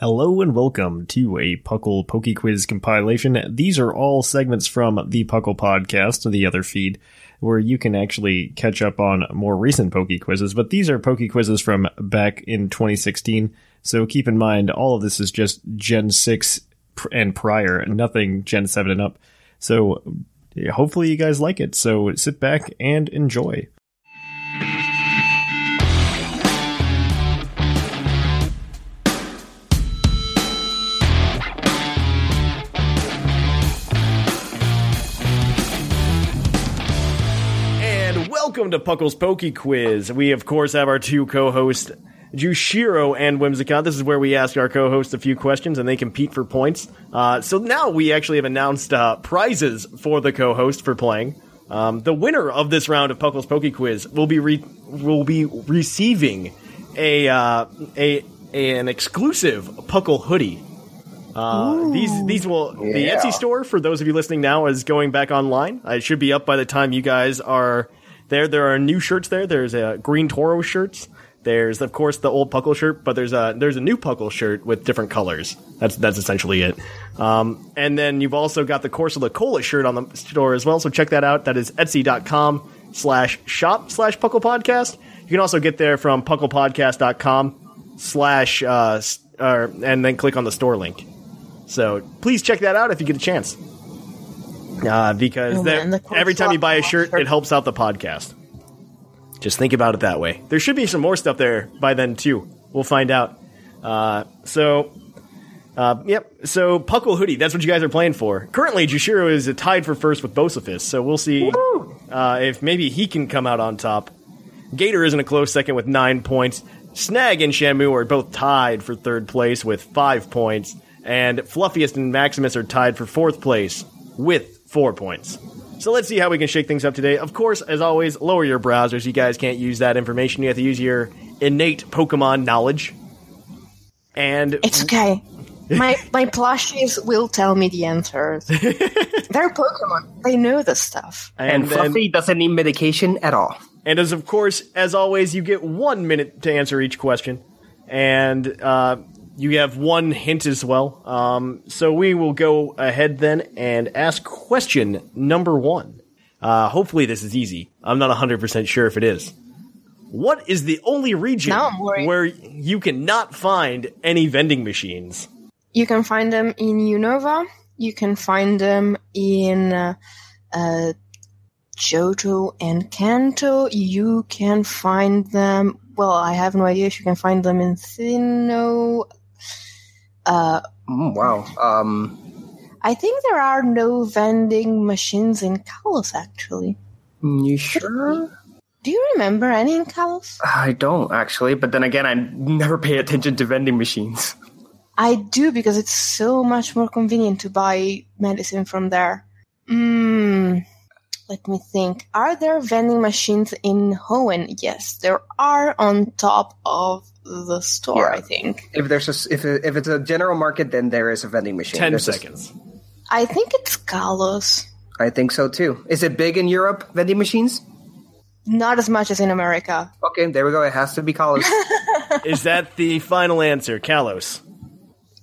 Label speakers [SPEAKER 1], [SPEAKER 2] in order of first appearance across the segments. [SPEAKER 1] Hello and welcome to a Puckle Poke Quiz compilation. These are all segments from the Puckle Podcast, the other feed, where you can actually catch up on more recent Poke Quizzes, but these are Poke Quizzes from back in 2016. So keep in mind, all of this is just Gen 6 pr- and prior, nothing Gen 7 and up. So yeah, hopefully you guys like it. So sit back and enjoy. And welcome to Puckle's Poke Quiz. We, of course, have our two co hosts, Jushiro and Whimsicott. This is where we ask our co hosts a few questions and they compete for points. Uh, so now we actually have announced uh, prizes for the co host for playing. Um, the winner of this round of Puckle's Poke Quiz will be re- will be receiving a, uh, a an exclusive Puckle hoodie. Uh, these these will the
[SPEAKER 2] Yeah.
[SPEAKER 1] Etsy store for those of you listening now is going back online. Uh, It should be up by the time you guys are there. There are new shirts there. There's a green Toro shirts. There's of course the old Puckle shirt, but there's a there's a new Puckle shirt with different colors. That's that's essentially it. Um, and then you've also got the Corsola Cola shirt on the store as well. So check that out. That is Etsy.com slash shop slash Puckle Podcast. You can also get there from PucklePodcast.com slash uh, s- or, and then click on the store link. So please check that out if you get a chance. Uh, because
[SPEAKER 2] Oh,
[SPEAKER 1] that-
[SPEAKER 2] man, the Corn
[SPEAKER 1] every time you buy a
[SPEAKER 2] Flop
[SPEAKER 1] shirt, it helps out the podcast. Just think about it that way. There should be some more stuff there by then, too. We'll find out. Uh, so, uh, yep. So, Puckle Hoodie, that's what you guys are playing for. Currently, Jushiro is uh, tied for first with Bosifus, so we'll see uh, if maybe he can come out on top. Gator is in a close second with nine points. Snag and Shamu are both tied for third place with five points. And Fluffiest and Maximus are tied for fourth place with four points. So let's see how we can shake things up today. Of course, as always, lower your browsers. You guys can't use that information. You have to use your innate Pokemon knowledge. And
[SPEAKER 2] It's okay. My my plushies will tell me the answers. They're Pokemon. They know this stuff.
[SPEAKER 3] And,
[SPEAKER 1] then-
[SPEAKER 3] Fluffy doesn't need medication at all.
[SPEAKER 1] And as of course, as always, you get one minute to answer each question, and uh, you have one hint as well. Um, so we will go ahead then and ask question number one. Uh, hopefully, this is easy. I'm not 100 percent sure if it is. What is the only region
[SPEAKER 2] Now I'm worried.
[SPEAKER 1] where you cannot find any vending machines?
[SPEAKER 2] You can find them in Unova. You can find them in uh, uh, Johto and Kanto. You can find them. Well, I have no idea if you can find them in Sinnoh. Uh,
[SPEAKER 3] Mm, wow. Um,
[SPEAKER 2] I think there are no vending machines in Kalos, actually.
[SPEAKER 3] you sure?
[SPEAKER 2] Do you remember any in Kalos?
[SPEAKER 3] I don't actually, but then again, I never pay attention to vending machines.
[SPEAKER 2] I do because it's so much more convenient to buy medicine from there. Mm, let me think. Are there vending machines in Hoenn? Yes, there are on top of the store,
[SPEAKER 3] Yeah.
[SPEAKER 2] I think.
[SPEAKER 3] If there's a s if it- if it's a general market, then there is a vending machine.
[SPEAKER 1] Ten
[SPEAKER 3] There's a s-
[SPEAKER 1] seconds.
[SPEAKER 2] I think it's Kalos.
[SPEAKER 3] I think so too. Is it big in Europe? Vending machines?
[SPEAKER 2] Not as much as in America.
[SPEAKER 3] Okay, there we go. It has to be college.
[SPEAKER 1] is that the final answer, Kalos?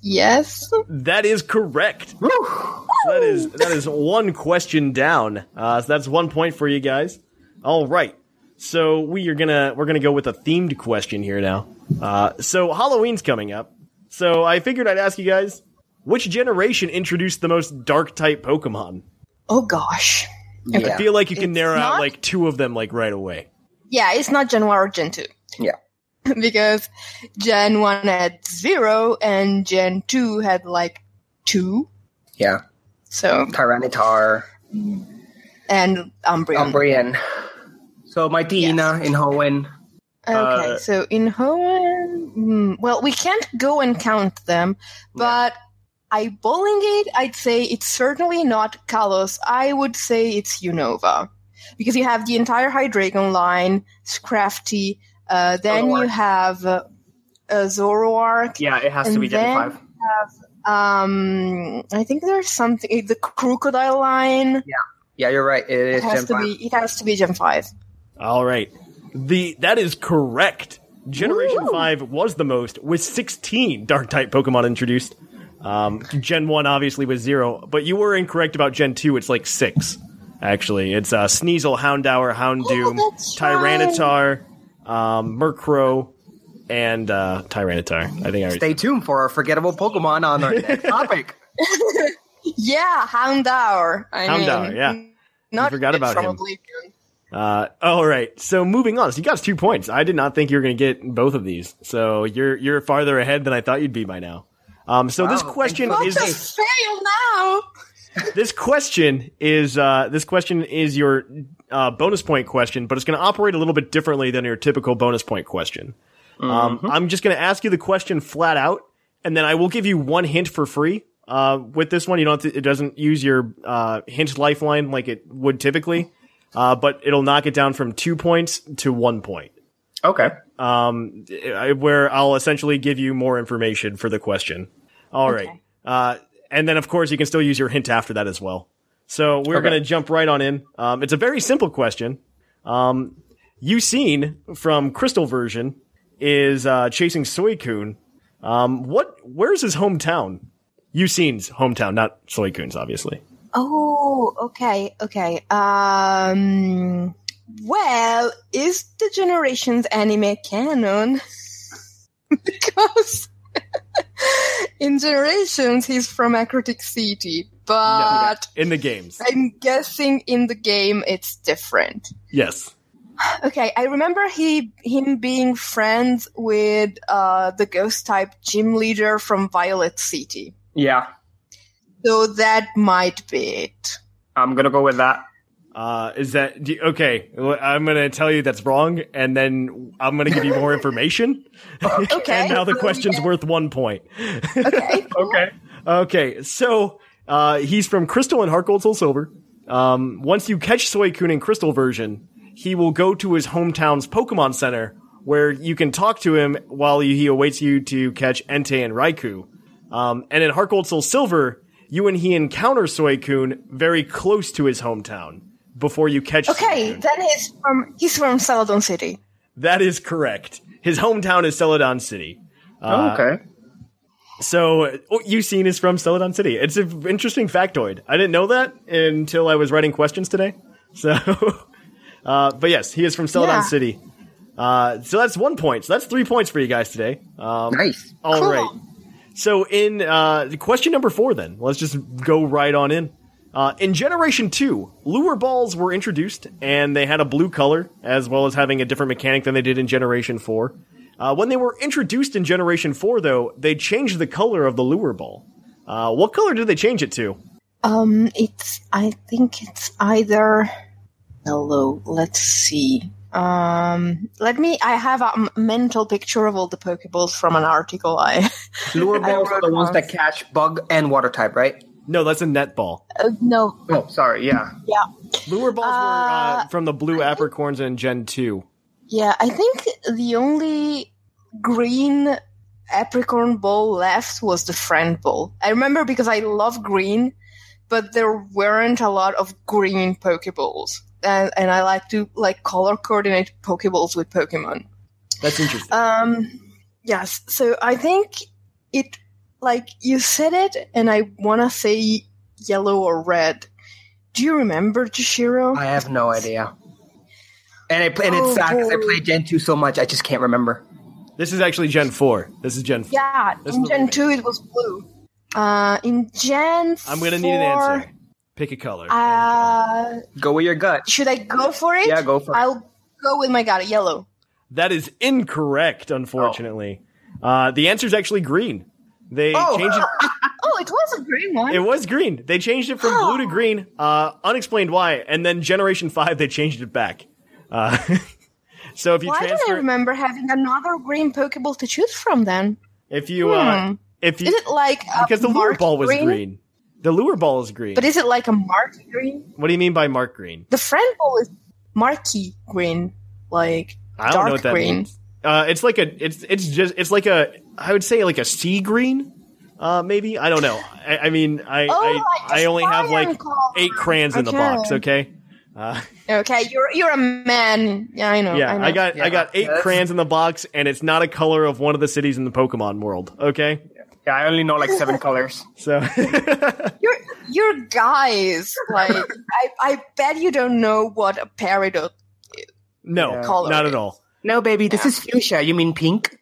[SPEAKER 2] Yes?
[SPEAKER 1] That is correct. that is that is one question down. Uh, so that's one point for you guys. All right. So we are gonna we're gonna go with a themed question here now. Uh, so Halloween's coming up. So I figured I'd ask you guys which generation introduced the most dark type Pokemon.
[SPEAKER 2] Oh gosh.
[SPEAKER 1] I feel like you can
[SPEAKER 2] It's
[SPEAKER 1] narrow out
[SPEAKER 2] not-
[SPEAKER 1] like two of them like right away.
[SPEAKER 2] Yeah, it's not Gen 1 or Gen 2.
[SPEAKER 3] Yeah.
[SPEAKER 2] because Gen 1 had 0 and Gen 2 had like 2.
[SPEAKER 3] Yeah.
[SPEAKER 2] So,
[SPEAKER 3] Tyranitar,
[SPEAKER 2] and Umbreon.
[SPEAKER 3] Umbrian. So my Tina in Hoenn.
[SPEAKER 2] Okay,
[SPEAKER 3] Uh,
[SPEAKER 2] so in Hoenn, mm, well, we can't go and count them, but eyeballing it, I'd say it's certainly not Kalos. I would say it's Unova, because you have the entire Hydreigon line, Scrafty, uh, then you
[SPEAKER 3] Zoroark.
[SPEAKER 2] have uh, uh, Zoroark.
[SPEAKER 3] Yeah, it has to
[SPEAKER 2] And
[SPEAKER 3] be Gen
[SPEAKER 2] then-
[SPEAKER 3] five.
[SPEAKER 2] Um, I think there's something the crocodile line.
[SPEAKER 3] Yeah, you're right. It
[SPEAKER 2] It
[SPEAKER 3] is
[SPEAKER 2] has
[SPEAKER 3] Gen
[SPEAKER 2] to
[SPEAKER 3] five.
[SPEAKER 2] be. It has to be Gen Five.
[SPEAKER 1] All right, the that is correct. Generation five was the most with sixteen dark type Pokemon introduced. Um, Gen one obviously was zero, but you were incorrect about Gen two. It's like six actually. It's uh, Sneasel, Houndour, Houndoom,
[SPEAKER 2] Oh, that's
[SPEAKER 1] Tyranitar, um, Murkrow, and uh, Tyranitar. I think I already
[SPEAKER 3] Stay tuned for our forgettable Pokemon on our next topic.
[SPEAKER 2] Yeah, Houndour. I
[SPEAKER 1] Houndour,
[SPEAKER 2] mean,
[SPEAKER 1] yeah.
[SPEAKER 2] Not
[SPEAKER 1] forgot about him.
[SPEAKER 2] from Oblivion.
[SPEAKER 1] Uh, all right. So moving on. So you got two points. I did not think you were going to get both of these. So you're you're farther ahead than I thought you'd be by now. Um, so this
[SPEAKER 3] Wow.
[SPEAKER 1] question
[SPEAKER 2] Not
[SPEAKER 1] is
[SPEAKER 2] just fail now.
[SPEAKER 1] this question is uh, this question is your uh, bonus point question, but it's going to operate a little bit differently than your typical bonus point question. Um, I'm just going to ask you the question flat out, and then I will give you one hint for free. Uh, with this one, you don't. Have to, it doesn't use your uh, hint lifeline like it would typically, uh, but it'll knock it down from two points to one point,
[SPEAKER 3] Okay.
[SPEAKER 1] um, I- where I'll essentially give you more information for the question. All right, uh, and then of course you can still use your hint after that as well. So we're
[SPEAKER 3] Okay.
[SPEAKER 1] going to jump right on in. Um, it's a very simple question. Um, Eucene from Crystal Version is uh, chasing Soycoon. Um, what? Where's his hometown? Eucene's hometown, not Soycoon's, obviously.
[SPEAKER 2] Oh, okay, okay. Um, well, is the Generations anime canon? because in Generations, he's from Acrotic City, but
[SPEAKER 1] in the games,
[SPEAKER 2] I'm guessing in the game it's different.
[SPEAKER 1] yes.
[SPEAKER 2] Okay, I remember he him being friends with uh, the ghost type gym leader from Violet City.
[SPEAKER 3] Yeah,
[SPEAKER 2] So that might be it.
[SPEAKER 3] I'm gonna go with that.
[SPEAKER 1] Uh, is that do you- okay? well, I'm gonna tell you that's wrong, and then I'm gonna give you more information.
[SPEAKER 2] Okay.
[SPEAKER 1] and now the
[SPEAKER 2] so
[SPEAKER 1] question's worth one point.
[SPEAKER 2] Okay.
[SPEAKER 3] Okay.
[SPEAKER 1] Okay, so uh, he's from Crystal and Heart Gold Soul Silver. Um, once you catch Suicune in Crystal version, he will go to his hometown's Pokemon Center where you can talk to him while he awaits you to catch Entei and Raikou. Um, and in Heart Gold Soul Silver, you and he encounter Suicune very close to his hometown before you catch
[SPEAKER 2] Okay,
[SPEAKER 1] Suicune.
[SPEAKER 2] then he's from he's from Saladon City.
[SPEAKER 1] That is correct. His hometown is Celadon City. Uh,
[SPEAKER 3] okay.
[SPEAKER 1] So uh, oh, Eucene is from Celadon City. It's an interesting factoid. I didn't know that until I was writing questions today. So, uh, but yes, he is from Celadon
[SPEAKER 2] Yeah.
[SPEAKER 1] City. Uh, so that's one point. So that's three points for you guys today. Um,
[SPEAKER 3] Nice.
[SPEAKER 1] all
[SPEAKER 2] Cool.
[SPEAKER 1] right. So in uh, question number four, then let's just go right on in. Uh, in Generation Two, lure balls were introduced, and they had a blue color as well as having a different mechanic than they did in Generation Four. Uh, when they were introduced in Generation Four, though, they changed the color of the lure ball. Uh, what color did they change it to?
[SPEAKER 2] Um, it's I think it's either hello. Let's see. Um, let me. I have a m- mental picture of all the Pokeballs from an article. I
[SPEAKER 3] Lure
[SPEAKER 2] I
[SPEAKER 3] balls are the
[SPEAKER 2] wrote
[SPEAKER 3] ones
[SPEAKER 2] off.
[SPEAKER 3] that catch bug and water type, right?
[SPEAKER 1] No, that's a net ball.
[SPEAKER 2] uh, no.
[SPEAKER 3] Oh, sorry. Yeah.
[SPEAKER 2] Yeah.
[SPEAKER 1] Lure balls were uh,
[SPEAKER 2] Uh,
[SPEAKER 1] from the blue apricorns in Gen Two.
[SPEAKER 2] Yeah, I think the only green apricorn ball left was the friend ball. I remember because I love green, but there weren't a lot of green Pokeballs. And, and I like to like color coordinate Pokeballs with Pokemon.
[SPEAKER 1] That's interesting.
[SPEAKER 2] Um, yes. So I think it, like you said it, and I want to say yellow or red. Do you remember Jashiro?
[SPEAKER 3] I have no idea. And I play, and it
[SPEAKER 2] Oh,
[SPEAKER 3] sucks. I
[SPEAKER 2] boy.
[SPEAKER 3] played Gen two so much, I just can't remember.
[SPEAKER 1] This is actually Gen Four. This is Gen. 4.
[SPEAKER 2] Yeah,
[SPEAKER 1] This
[SPEAKER 2] in
[SPEAKER 1] is the
[SPEAKER 2] Gen 2 it was blue. Uh, in Gen
[SPEAKER 1] I'm gonna need an
[SPEAKER 2] 4,
[SPEAKER 1] answer. Pick a color.
[SPEAKER 2] Uh,
[SPEAKER 3] Go with your gut.
[SPEAKER 2] should I go for it?
[SPEAKER 3] Yeah, go for it.
[SPEAKER 2] I'll go with my god, yellow.
[SPEAKER 1] that is incorrect, unfortunately. Uh, the answer is actually green. They
[SPEAKER 3] Oh.
[SPEAKER 1] changed it.
[SPEAKER 2] Oh, it was a green one.
[SPEAKER 1] It was green. They changed it from blue to green. Uh, unexplained why. And then Generation Five, they changed it back. Uh, so if you
[SPEAKER 2] Why do I
[SPEAKER 1] transfer,
[SPEAKER 2] remember having another green Pokeball to choose from then?
[SPEAKER 1] if you, uh,
[SPEAKER 2] Hmm.
[SPEAKER 1] if you,
[SPEAKER 2] Is it like a
[SPEAKER 1] because the lure
[SPEAKER 2] marked
[SPEAKER 1] ball was green. The lure ball is green.
[SPEAKER 2] But is it like a marked green?
[SPEAKER 1] what do you mean by mark green?
[SPEAKER 2] The friend ball is marky green, like
[SPEAKER 1] I don't
[SPEAKER 2] dark
[SPEAKER 1] know what that
[SPEAKER 2] green.
[SPEAKER 1] means. Uh, it's like a, it's it's just it's like a, I would say like a sea green, uh, maybe. I don't know. I, I mean,
[SPEAKER 2] Oh,
[SPEAKER 1] I
[SPEAKER 2] like
[SPEAKER 1] I,
[SPEAKER 2] the
[SPEAKER 1] I only have
[SPEAKER 2] cyan
[SPEAKER 1] like
[SPEAKER 2] color.
[SPEAKER 1] eight crayons in the
[SPEAKER 2] Okay.
[SPEAKER 1] box. Okay. Uh,
[SPEAKER 2] Okay, you're you're a man. Yeah, I know.
[SPEAKER 1] Yeah,
[SPEAKER 2] I, know.
[SPEAKER 1] I, got I got eight
[SPEAKER 3] Yes.
[SPEAKER 1] crayons in the box, and it's not a color of one of the cities in the Pokemon world. Okay,
[SPEAKER 3] Yeah, I only know like seven colors.
[SPEAKER 1] so
[SPEAKER 2] You're you're guys. Like I, I bet you don't know what a peridot.
[SPEAKER 1] no,
[SPEAKER 3] Yeah.
[SPEAKER 2] Color
[SPEAKER 1] not at
[SPEAKER 2] is.
[SPEAKER 1] all.
[SPEAKER 3] No, baby, this is fuchsia. You mean pink?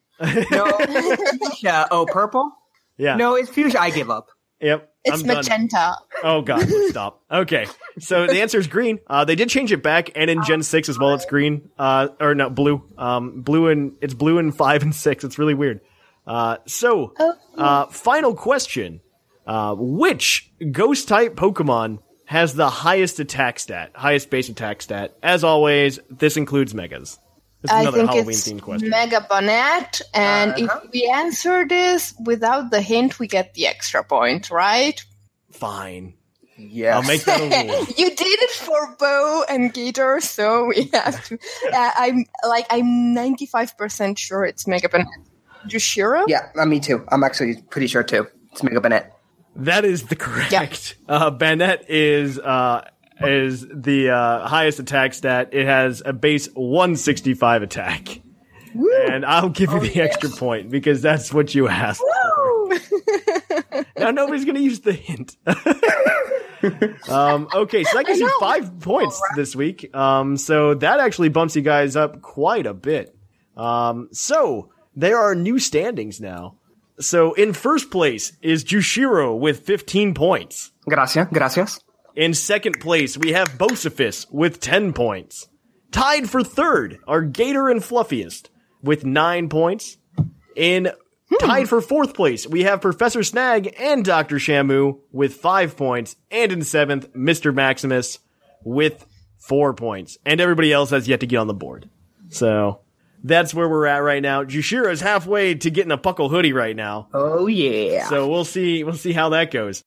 [SPEAKER 3] No, fuchsia. Oh, purple?
[SPEAKER 1] Yeah.
[SPEAKER 3] No, it's fuchsia. I give up.
[SPEAKER 1] Yep.
[SPEAKER 2] It's
[SPEAKER 1] I'm done.
[SPEAKER 2] magenta.
[SPEAKER 1] Oh God, stop. Okay, so the answer is green. Uh, they did change it back, and in Gen six as well, it's green. Uh, or not blue. Um, blue and it's blue in five and six. It's really weird. Uh, so
[SPEAKER 2] Oh.
[SPEAKER 1] uh, final question: uh, Which ghost type Pokemon has the highest attack stat, highest base attack stat? As always, this includes megas. This is
[SPEAKER 2] I
[SPEAKER 1] another
[SPEAKER 2] think
[SPEAKER 1] Halloween
[SPEAKER 2] it's
[SPEAKER 1] themed question. Uh-huh.
[SPEAKER 2] Mega Bonnet, and if we answer this without the hint, we get the extra point, right?
[SPEAKER 1] Fine,
[SPEAKER 3] Yes.
[SPEAKER 1] I'll make that a rule.
[SPEAKER 2] you did it for Bo and Gator, so we have to. Uh, I'm like I'm 95% sure it's Mega Bonnet. You sure?
[SPEAKER 3] yeah, uh, me too. I'm actually pretty sure too. It's Mega Bennett.
[SPEAKER 1] That is the correct. Uh, Banette is uh, is the uh, highest attack stat. It has a base 165 attack, and I'll give you the extra point because that's what you asked. now nobody's gonna use the hint. um, okay, so that gives you five points this week. Um, so that actually bumps you guys up quite a bit. Um, so there are new standings now. So in first place is Jushiro with 15 points.
[SPEAKER 3] Gracias, gracias.
[SPEAKER 1] In second place, we have Bosifis with 10 points. Tied for third are Gator and Fluffiest with 9 points. In tied for fourth place, we have Professor Snag and Dr. Shamu with 5 points. And in seventh, Mr. Maximus with 4 points. And everybody else has yet to get on the board. So that's where we're at right now. Jushiro is halfway to getting a Puckle hoodie right now.
[SPEAKER 3] Oh yeah.
[SPEAKER 1] So we'll see we'll see how that goes.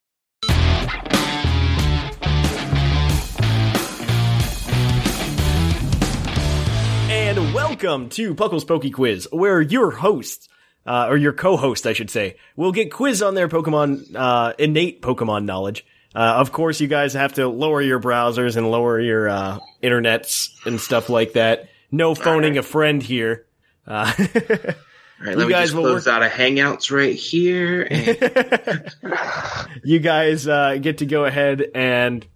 [SPEAKER 1] And welcome to Puckle's Pokey Quiz, where your host, uh, or your co-host, I should say, will get quiz on their Pokemon, uh, innate Pokemon knowledge. Uh, of course, you guys have to lower your browsers and lower your uh, internets and stuff like that. No phoning a friend here. Uh,
[SPEAKER 4] All right,
[SPEAKER 1] You
[SPEAKER 4] let me
[SPEAKER 1] guys
[SPEAKER 4] just
[SPEAKER 1] will
[SPEAKER 4] close out of Hangouts right here. And
[SPEAKER 1] you guys uh, get to go ahead and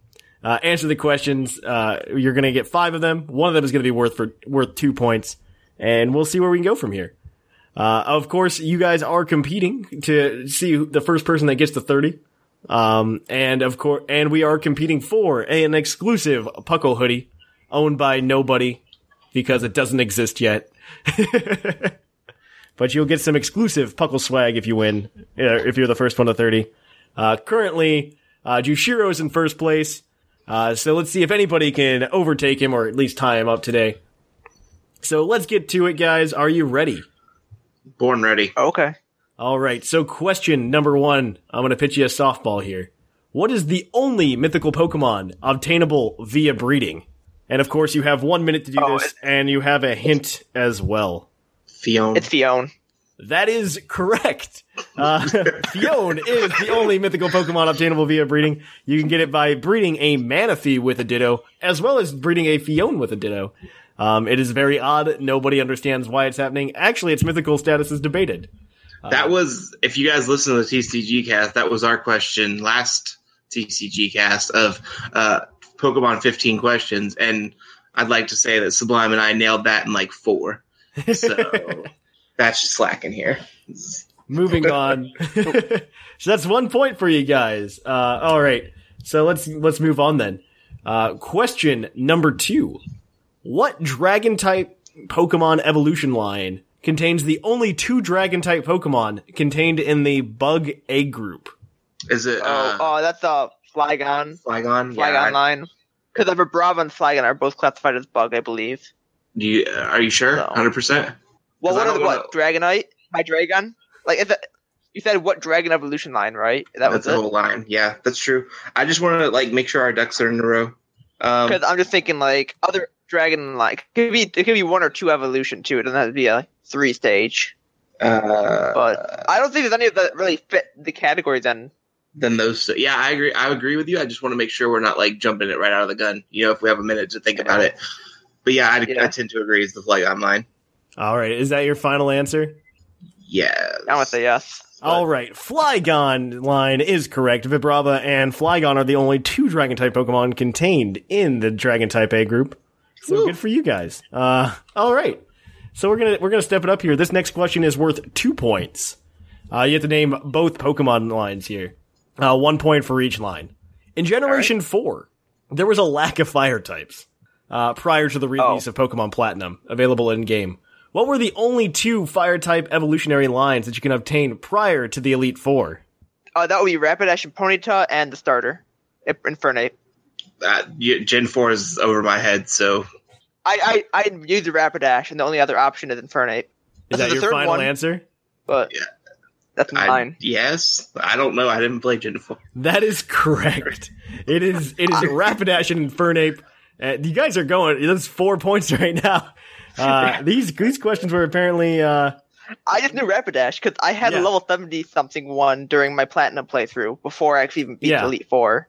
[SPEAKER 1] uh, answer the questions. Uh, you're going to get five of them. One of them is going to be worth for worth two points, and we'll see where we can go from here. Uh, of course, you guys are competing to see who- the first person that gets to thirty. Um, and of course, and we are competing for an exclusive Puckle hoodie owned by nobody because it doesn't exist yet. but you'll get some exclusive Puckle swag if you win, uh, if you're the first one to 30. Uh, currently, uh, Jushiro is in first place. Uh, so let's see if anybody can overtake him or at least tie him up today. So let's get to it, guys. Are you ready?
[SPEAKER 4] born ready.
[SPEAKER 5] Okay.
[SPEAKER 1] All right. So question number one. I'm going to pitch you a softball here. What is the only mythical Pokemon obtainable via breeding? And of course, you have one minute to do
[SPEAKER 5] Oh,
[SPEAKER 1] this, and you have a hint as well.
[SPEAKER 4] Fiona.
[SPEAKER 5] It's Fion.
[SPEAKER 1] That is correct. Uh, Fionn is the only mythical Pokemon obtainable via breeding. You can get it by breeding a Manaphy with a Ditto, as well as breeding a Fionn with a Ditto. Um, it is very odd. Nobody understands why it's happening. Actually, its mythical status is debated.
[SPEAKER 5] Uh,
[SPEAKER 4] that was, if you guys listen to the TCG cast, that was our question last TCG cast of uh, Pokemon 15 questions. And I'd like to say that Sublime and I nailed that in like four. So that's just slacking here.
[SPEAKER 1] Moving on. so that's one point for you guys. Uh, all right. So let's let's move on then. Uh, question number two: What dragon type Pokemon evolution line contains the only two dragon type Pokemon contained in the Bug Egg group?
[SPEAKER 4] Is it
[SPEAKER 5] oh,
[SPEAKER 4] uh,
[SPEAKER 5] oh, that's a Flygon.
[SPEAKER 4] Flygon?
[SPEAKER 5] Flygon
[SPEAKER 4] Yeah, I-
[SPEAKER 5] line. Because a Brava and Flygon are both classified as bug, I believe.
[SPEAKER 4] do you, uh, are you sure?
[SPEAKER 5] No.
[SPEAKER 4] Hundred percent.
[SPEAKER 5] Well,
[SPEAKER 4] 'Cause I
[SPEAKER 5] what are the
[SPEAKER 4] don't
[SPEAKER 5] what? Dragonite? My Dragon? Like, is that, you said what Dragon Evolution line, right? That
[SPEAKER 4] That's
[SPEAKER 5] was
[SPEAKER 4] the
[SPEAKER 5] it.
[SPEAKER 4] whole line. Yeah, that's true. I just want to like make sure our ducks are in a row. Um,
[SPEAKER 5] Because I'm just thinking like other Dragon line it could be it could be one or two evolution too. It doesn't have to be a three stage.
[SPEAKER 4] uh,
[SPEAKER 5] But I don't think there's any of that really fit the category. Then
[SPEAKER 4] than those. Two. Yeah, I agree. I agree with you. I just want to make sure we're not like jumping it right out of the gun. You know, if we have a minute to think about it. But yeah, I, I
[SPEAKER 5] Yeah.
[SPEAKER 4] tend to agree. Is the Flygon line?
[SPEAKER 1] All right. Is that your final answer?
[SPEAKER 4] Yes.
[SPEAKER 5] I want to say yes.
[SPEAKER 1] All right, Flygon line is correct. Vibrava and Flygon are the only two Dragon type Pokemon contained in the Dragon type A group. So good for you guys. Uh, all right, so we're gonna we're gonna step it up here. This next question is worth two points. Uh, you have to name both Pokemon lines here. Uh, one point for each line. In Generation Four, there was a lack of Fire types uh, prior to the release of Pokemon Platinum, available in game. What were the only two fire type evolutionary lines that you can obtain prior to the Elite Four?
[SPEAKER 5] Uh, that would be Rapidash and Ponyta and the starter, I- Infernape.
[SPEAKER 4] Uh, yeah, Gen four is over my head. So
[SPEAKER 5] I I I use the Rapidash, and the only other option is Infernape. This
[SPEAKER 1] Is that
[SPEAKER 5] is the
[SPEAKER 1] your
[SPEAKER 5] third
[SPEAKER 1] final
[SPEAKER 5] one.
[SPEAKER 1] answer?
[SPEAKER 5] But
[SPEAKER 4] Yeah.
[SPEAKER 5] that's
[SPEAKER 4] I,
[SPEAKER 5] mine.
[SPEAKER 4] Yes. I don't know. I didn't play Gen four.
[SPEAKER 1] That is correct. It is it is Rapidash and Infernape. Uh, you guys are going. That's four points right now. Uh, these these questions were apparently uh,
[SPEAKER 5] I just knew Rapidash because I had a
[SPEAKER 1] Yeah.
[SPEAKER 5] level seventy something one during my platinum playthrough before I actually even beat
[SPEAKER 1] Yeah.
[SPEAKER 5] the Elite Four.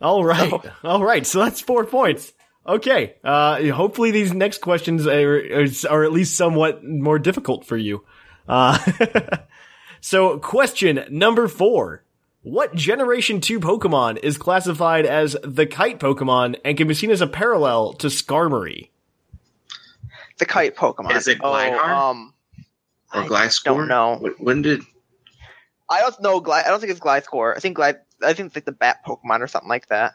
[SPEAKER 1] All right. All right. So that's four points. Okay. Uh, hopefully these next questions are, are, are at least somewhat more difficult for you. Uh, so question number four. What generation two Pokemon is classified as the kite Pokemon and can be seen as a parallel to Skarmory?
[SPEAKER 5] The kite Pokemon.
[SPEAKER 4] Is it
[SPEAKER 5] oh,
[SPEAKER 4] Gligar?
[SPEAKER 5] um,
[SPEAKER 4] Or
[SPEAKER 5] I
[SPEAKER 4] Gliscor.
[SPEAKER 5] don't know.
[SPEAKER 4] When- When did?
[SPEAKER 5] I don't know. Gly- I don't think it's Gliscor. I think Gly- I think it's like the bat Pokemon or something like that.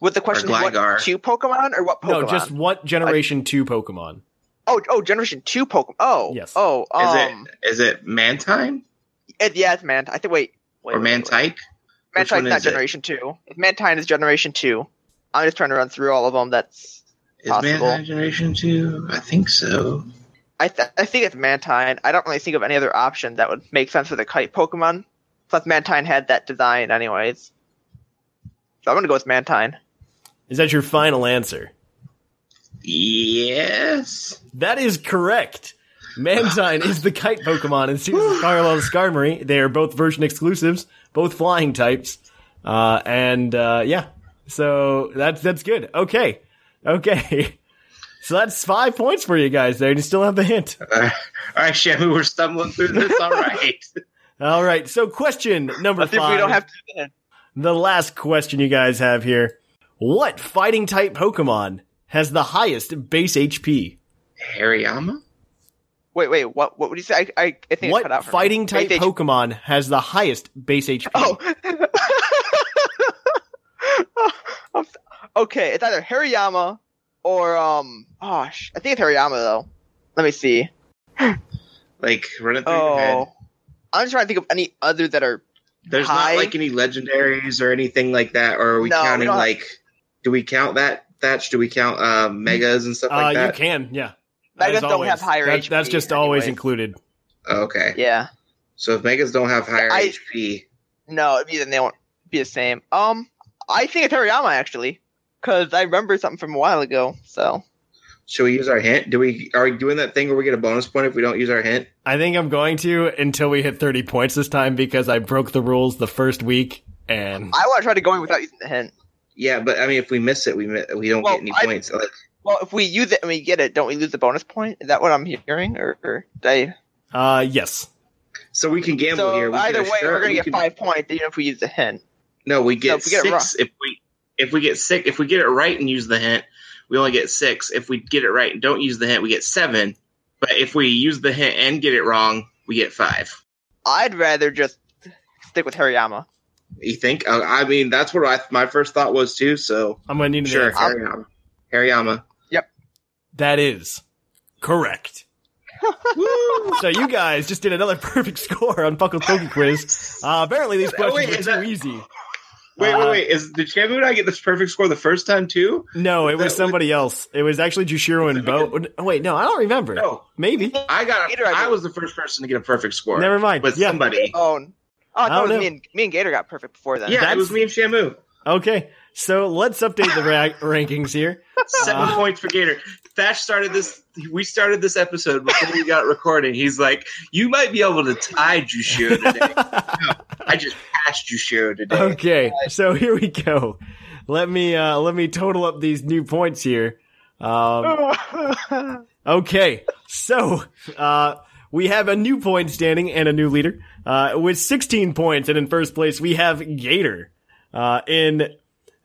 [SPEAKER 5] With the question, is
[SPEAKER 4] Gligar.
[SPEAKER 5] what two Pokemon or what Pokemon?
[SPEAKER 1] No, just what generation two Pokemon?
[SPEAKER 5] oh, oh, Generation Two Pokemon. Oh,
[SPEAKER 1] Yes.
[SPEAKER 5] Oh,
[SPEAKER 4] Is
[SPEAKER 5] um,
[SPEAKER 4] it? Is it Mantine
[SPEAKER 5] it, Eh, yeah, it's Mant. I think. Wait, wait
[SPEAKER 4] or
[SPEAKER 5] wait, wait, wait.
[SPEAKER 4] Mantike? Which
[SPEAKER 5] Mantine's
[SPEAKER 4] one
[SPEAKER 5] not
[SPEAKER 4] is it?
[SPEAKER 5] Generation Two. If Mantine is Generation Two, I'm just trying to run through all of them. That's
[SPEAKER 4] Is
[SPEAKER 5] possible.
[SPEAKER 4] Mantine Generation two? I think so.
[SPEAKER 5] I, th- I think it's Mantine. I don't really think of any other option that would make sense for the kite Pokemon. Plus, Mantine had that design, anyways. So I'm gonna go with Mantine.
[SPEAKER 1] Is that your final answer?
[SPEAKER 4] Yes.
[SPEAKER 1] That is correct. Mantine is the kite Pokemon and sees as parallel to Skarmory. They are both version exclusives, both flying types. Uh, and uh, yeah, so that's that's good. Okay, okay. So that's five points for you guys there. and You still have the hint.
[SPEAKER 4] Uh, all right, Shamu, we're stumbling through this. All right.
[SPEAKER 1] All right. So question number
[SPEAKER 5] I think
[SPEAKER 1] five.
[SPEAKER 5] we don't have to.
[SPEAKER 1] the last question you guys have here. What fighting type Pokemon has the highest base HP?
[SPEAKER 4] Hariyama?
[SPEAKER 5] Wait, wait, what? What would you say? I, I, I think it cut
[SPEAKER 1] What
[SPEAKER 5] out for me.
[SPEAKER 1] fighting type
[SPEAKER 5] Base H-
[SPEAKER 1] Pokemon has the highest base HP?
[SPEAKER 5] Oh. I'm s- okay, it's either Hariyama or um. Oh, sh- I think it's Hariyama though. Let me see.
[SPEAKER 4] Like, run it through your head.
[SPEAKER 5] Oh, I'm just trying to think of any other that are.
[SPEAKER 4] There's
[SPEAKER 5] Hi.
[SPEAKER 4] not like any legendaries or anything like that, or are we
[SPEAKER 5] No, we
[SPEAKER 4] counting
[SPEAKER 5] don't have-
[SPEAKER 4] like? Do we count that Thatch? Do we count uh, megas and stuff
[SPEAKER 1] Uh,
[SPEAKER 4] like
[SPEAKER 1] you
[SPEAKER 4] that?
[SPEAKER 1] can, yeah.
[SPEAKER 5] Megas
[SPEAKER 1] As
[SPEAKER 5] don't
[SPEAKER 1] always.
[SPEAKER 5] have higher
[SPEAKER 1] That- That's
[SPEAKER 5] HP
[SPEAKER 1] just always
[SPEAKER 5] anyways.
[SPEAKER 1] included.
[SPEAKER 4] Oh, Okay,
[SPEAKER 5] Yeah.
[SPEAKER 4] so if megas don't have higher
[SPEAKER 5] I-
[SPEAKER 4] HP,
[SPEAKER 5] No, it'd be the, they won't be the same. Um, I think it's Hariyama actually, because I remember something from a while ago. So
[SPEAKER 4] should we use our hint? Do we are we doing that thing where we get a bonus point if we don't use our hint?
[SPEAKER 1] I think I'm going to until we hit 30 points this time because I broke the rules the first week and
[SPEAKER 5] I want to try to go in without using the hint.
[SPEAKER 4] Yeah, but I mean, if we miss it, we mi- we don't
[SPEAKER 5] Well,
[SPEAKER 4] get any
[SPEAKER 5] I-
[SPEAKER 4] points. Like,
[SPEAKER 5] Well, if we use it and we get it, don't we lose the bonus point? Is that what I'm hearing? Or, or they,
[SPEAKER 1] uh yes.
[SPEAKER 4] so we can gamble
[SPEAKER 5] so
[SPEAKER 4] here. We
[SPEAKER 5] either
[SPEAKER 4] can
[SPEAKER 5] way,
[SPEAKER 4] assure-
[SPEAKER 5] we're gonna
[SPEAKER 4] we
[SPEAKER 5] get
[SPEAKER 4] can-
[SPEAKER 5] five points even if we use the hint.
[SPEAKER 4] No, we get
[SPEAKER 5] if we get it
[SPEAKER 4] six if we if we get sick if we get it right and use the hint. we only get six. If we get it right and don't use the hint, we get seven. But if we use the hint and get it wrong, we get five.
[SPEAKER 5] I'd rather just stick with Hariyama.
[SPEAKER 4] You think? Uh, I mean, that's what I, my first thought was too. So
[SPEAKER 1] I'm going to need an
[SPEAKER 4] sure,
[SPEAKER 1] answer.
[SPEAKER 4] Hariyama. Hariyama.
[SPEAKER 1] That is correct. so you guys just did another perfect score on Puckle's Poke Quiz. Uh, apparently these
[SPEAKER 4] Oh,
[SPEAKER 1] questions
[SPEAKER 4] wait,
[SPEAKER 1] were too
[SPEAKER 4] is that-
[SPEAKER 1] easy.
[SPEAKER 4] Wait,
[SPEAKER 1] Uh,
[SPEAKER 4] wait, wait. Is, did Shamu and I get this perfect score the first time too?
[SPEAKER 1] No, it
[SPEAKER 4] Is
[SPEAKER 1] was
[SPEAKER 4] that-
[SPEAKER 1] somebody else. It was actually Jushiro and Bo. oh, Wait, no, I don't remember.
[SPEAKER 4] No.
[SPEAKER 1] Maybe.
[SPEAKER 4] I got.
[SPEAKER 5] Either I
[SPEAKER 4] I
[SPEAKER 5] did.
[SPEAKER 4] was the first person to get a perfect score.
[SPEAKER 1] Never mind.
[SPEAKER 4] With
[SPEAKER 1] Yeah.
[SPEAKER 4] somebody.
[SPEAKER 5] Oh, oh I thought
[SPEAKER 1] I don't
[SPEAKER 5] it was
[SPEAKER 1] know.
[SPEAKER 5] me and, me and Gator got perfect before then.
[SPEAKER 4] yeah,
[SPEAKER 1] that's-
[SPEAKER 4] it was me and Shamu.
[SPEAKER 1] Okay, so let's update the ra- rankings here.
[SPEAKER 4] Seven
[SPEAKER 1] Uh.
[SPEAKER 4] points for Gator. Thatch started this. We started this episode before we got recording. He's like, "You might be able to tie Jushiro today." No, I just passed Jushiro today.
[SPEAKER 1] Okay, so here we go. Let me uh, let me total up these new points here. Um, okay, so uh, we have a new point standing and a new leader uh, with 16 points, and in first place we have Gator. Uh, in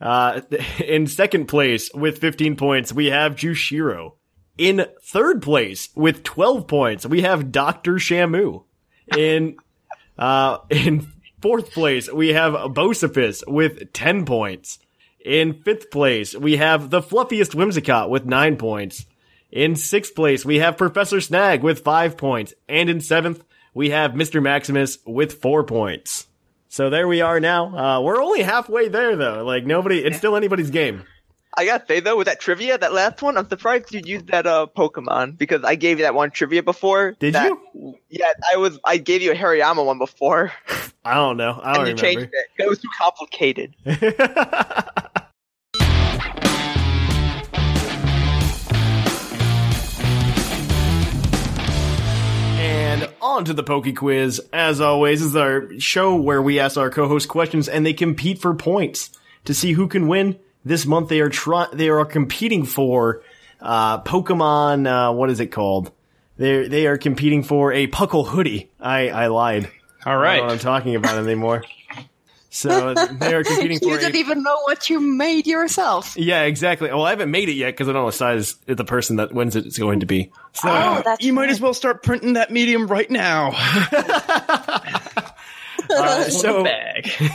[SPEAKER 1] uh, in second place with 15 points we have Jushiro. In third place with 12 points we have Doctor Shamu. In Uh, in fourth place, we have Bosipus with 10 points. In fifth place, we have the fluffiest Whimsicott with nine points. In sixth place, we have Professor Snag with five points. And in seventh, we have Mr. Maximus with four points. So there we are now. Uh, we're only halfway there though. Like nobody, it's still anybody's game.
[SPEAKER 5] I gotta say though, with that trivia, that last one, I'm surprised you used that uh Pokemon because I gave you that one trivia before.
[SPEAKER 1] Did
[SPEAKER 5] that- Yeah, I was. I gave you a Hariyama one before,
[SPEAKER 1] I don't know. I
[SPEAKER 5] and
[SPEAKER 1] don't
[SPEAKER 5] you
[SPEAKER 1] remember.
[SPEAKER 5] changed it. It was too complicated.
[SPEAKER 1] And on to the Poke Quiz. As always, this is our show where we ask our co-host questions and they compete for points to see who can win. This month they are try- they are competing for uh, Pokemon. Uh, what is it called? They they are competing for a Puckle hoodie. I I lied.
[SPEAKER 6] All
[SPEAKER 1] I don't know what I'm
[SPEAKER 6] right.
[SPEAKER 1] talking about anymore. So Uh, they are competing for
[SPEAKER 2] You
[SPEAKER 1] a-
[SPEAKER 2] don't even know what you made yourself.
[SPEAKER 1] yeah, exactly. Well, I haven't made it yet because I don't know what size the person that wins it is going to be. So,
[SPEAKER 2] Oh, that's
[SPEAKER 6] you might as well start printing that medium right now.
[SPEAKER 1] uh, so,
[SPEAKER 6] Bag.
[SPEAKER 1] uh,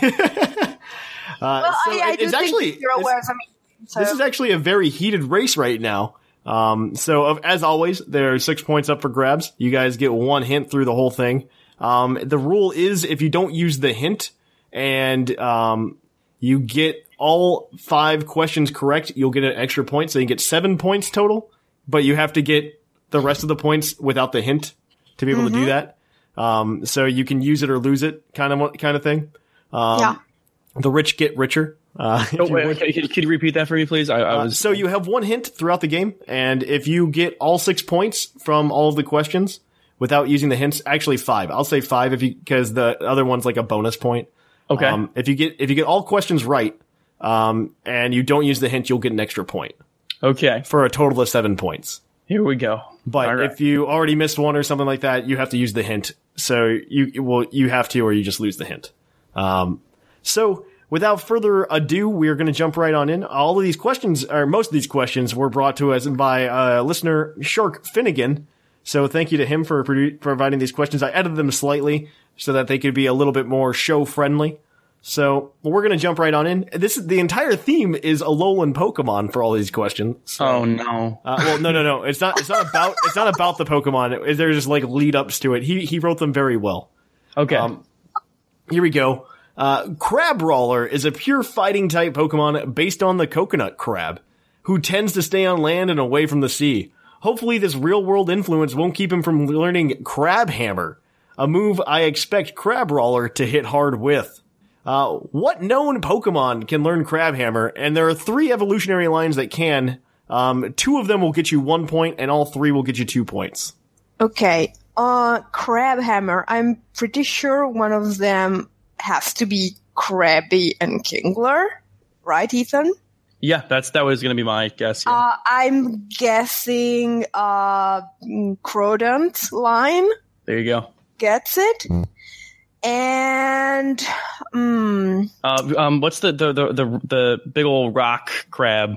[SPEAKER 2] Well, I,
[SPEAKER 1] so
[SPEAKER 2] Oh, I
[SPEAKER 1] it-
[SPEAKER 2] do
[SPEAKER 1] it's
[SPEAKER 2] think
[SPEAKER 1] actually
[SPEAKER 2] you're
[SPEAKER 1] it's-
[SPEAKER 2] aware of something. So.
[SPEAKER 1] this is actually a very heated race right now. Um, so of- as always, there are six points up for grabs. You guys get one hint through the whole thing. Um, the rule is if you don't use the hint and um, you get all five questions correct, you'll get an extra point. So you get seven points total, but you have to get the rest of the points without the hint to be able
[SPEAKER 2] Mm-hmm.
[SPEAKER 1] to do that. Um, so you can use it or lose it kind of kind of thing. Um,
[SPEAKER 2] Yeah.
[SPEAKER 1] The rich get richer. Uh, if
[SPEAKER 6] Oh,
[SPEAKER 1] you
[SPEAKER 6] wait,
[SPEAKER 1] want-
[SPEAKER 6] okay, could, could you repeat that for me, please? I, I
[SPEAKER 1] uh,
[SPEAKER 6] was
[SPEAKER 1] so you have one hint throughout the game, and if you get all six points from all of the questions without using the hints, actually five. I'll say five if you because the other one's like a bonus point.
[SPEAKER 6] okay.
[SPEAKER 1] Um, if you get if you get all questions right, um, and you don't use the hint, you'll get an extra point
[SPEAKER 6] okay,
[SPEAKER 1] for a total of seven points.
[SPEAKER 6] here we go.
[SPEAKER 1] But
[SPEAKER 6] All right.
[SPEAKER 1] if you already missed one or something like that, you have to use the hint. So you well, you have to, or you just lose the hint. Um, so without further ado, we are going to jump right on in. All of these questions, or most of these questions, were brought to us by uh, listener Shark Finnegan. So thank you to him for produ- providing these questions. I edited them slightly so that they could be a little bit more show friendly. So we're going to jump right on in. This is the entire theme is Alolan Pokemon for all these questions. So-
[SPEAKER 6] oh no.
[SPEAKER 1] uh, well, no, no, no. It's not. It's not about. It's not about the Pokemon. There's just like lead ups to it. He he wrote them very well.
[SPEAKER 6] Okay.
[SPEAKER 1] Um, here we go. Uh, Crabrawler is a pure fighting type Pokemon based on the coconut crab, who tends to stay on land and away from the sea. Hopefully, this real world influence won't keep him from learning Crab Hammer, a move I expect Crabrawler to hit hard with. Uh, what known Pokemon can learn Crab Hammer? And there are three evolutionary lines that can. Um, two of them will get you one point, and all three will get you two points.
[SPEAKER 2] Okay. Uh, crab hammer. I'm pretty sure one of them has to be Krabby and Kingler, right, Ethan?
[SPEAKER 6] yeah, that's that was gonna be my guess. Yeah.
[SPEAKER 2] Uh, I'm guessing uh, mm, Crodent line
[SPEAKER 6] there you go.
[SPEAKER 2] gets it, and mm,
[SPEAKER 6] Uh, um, what's the the, the the the big old rock crab?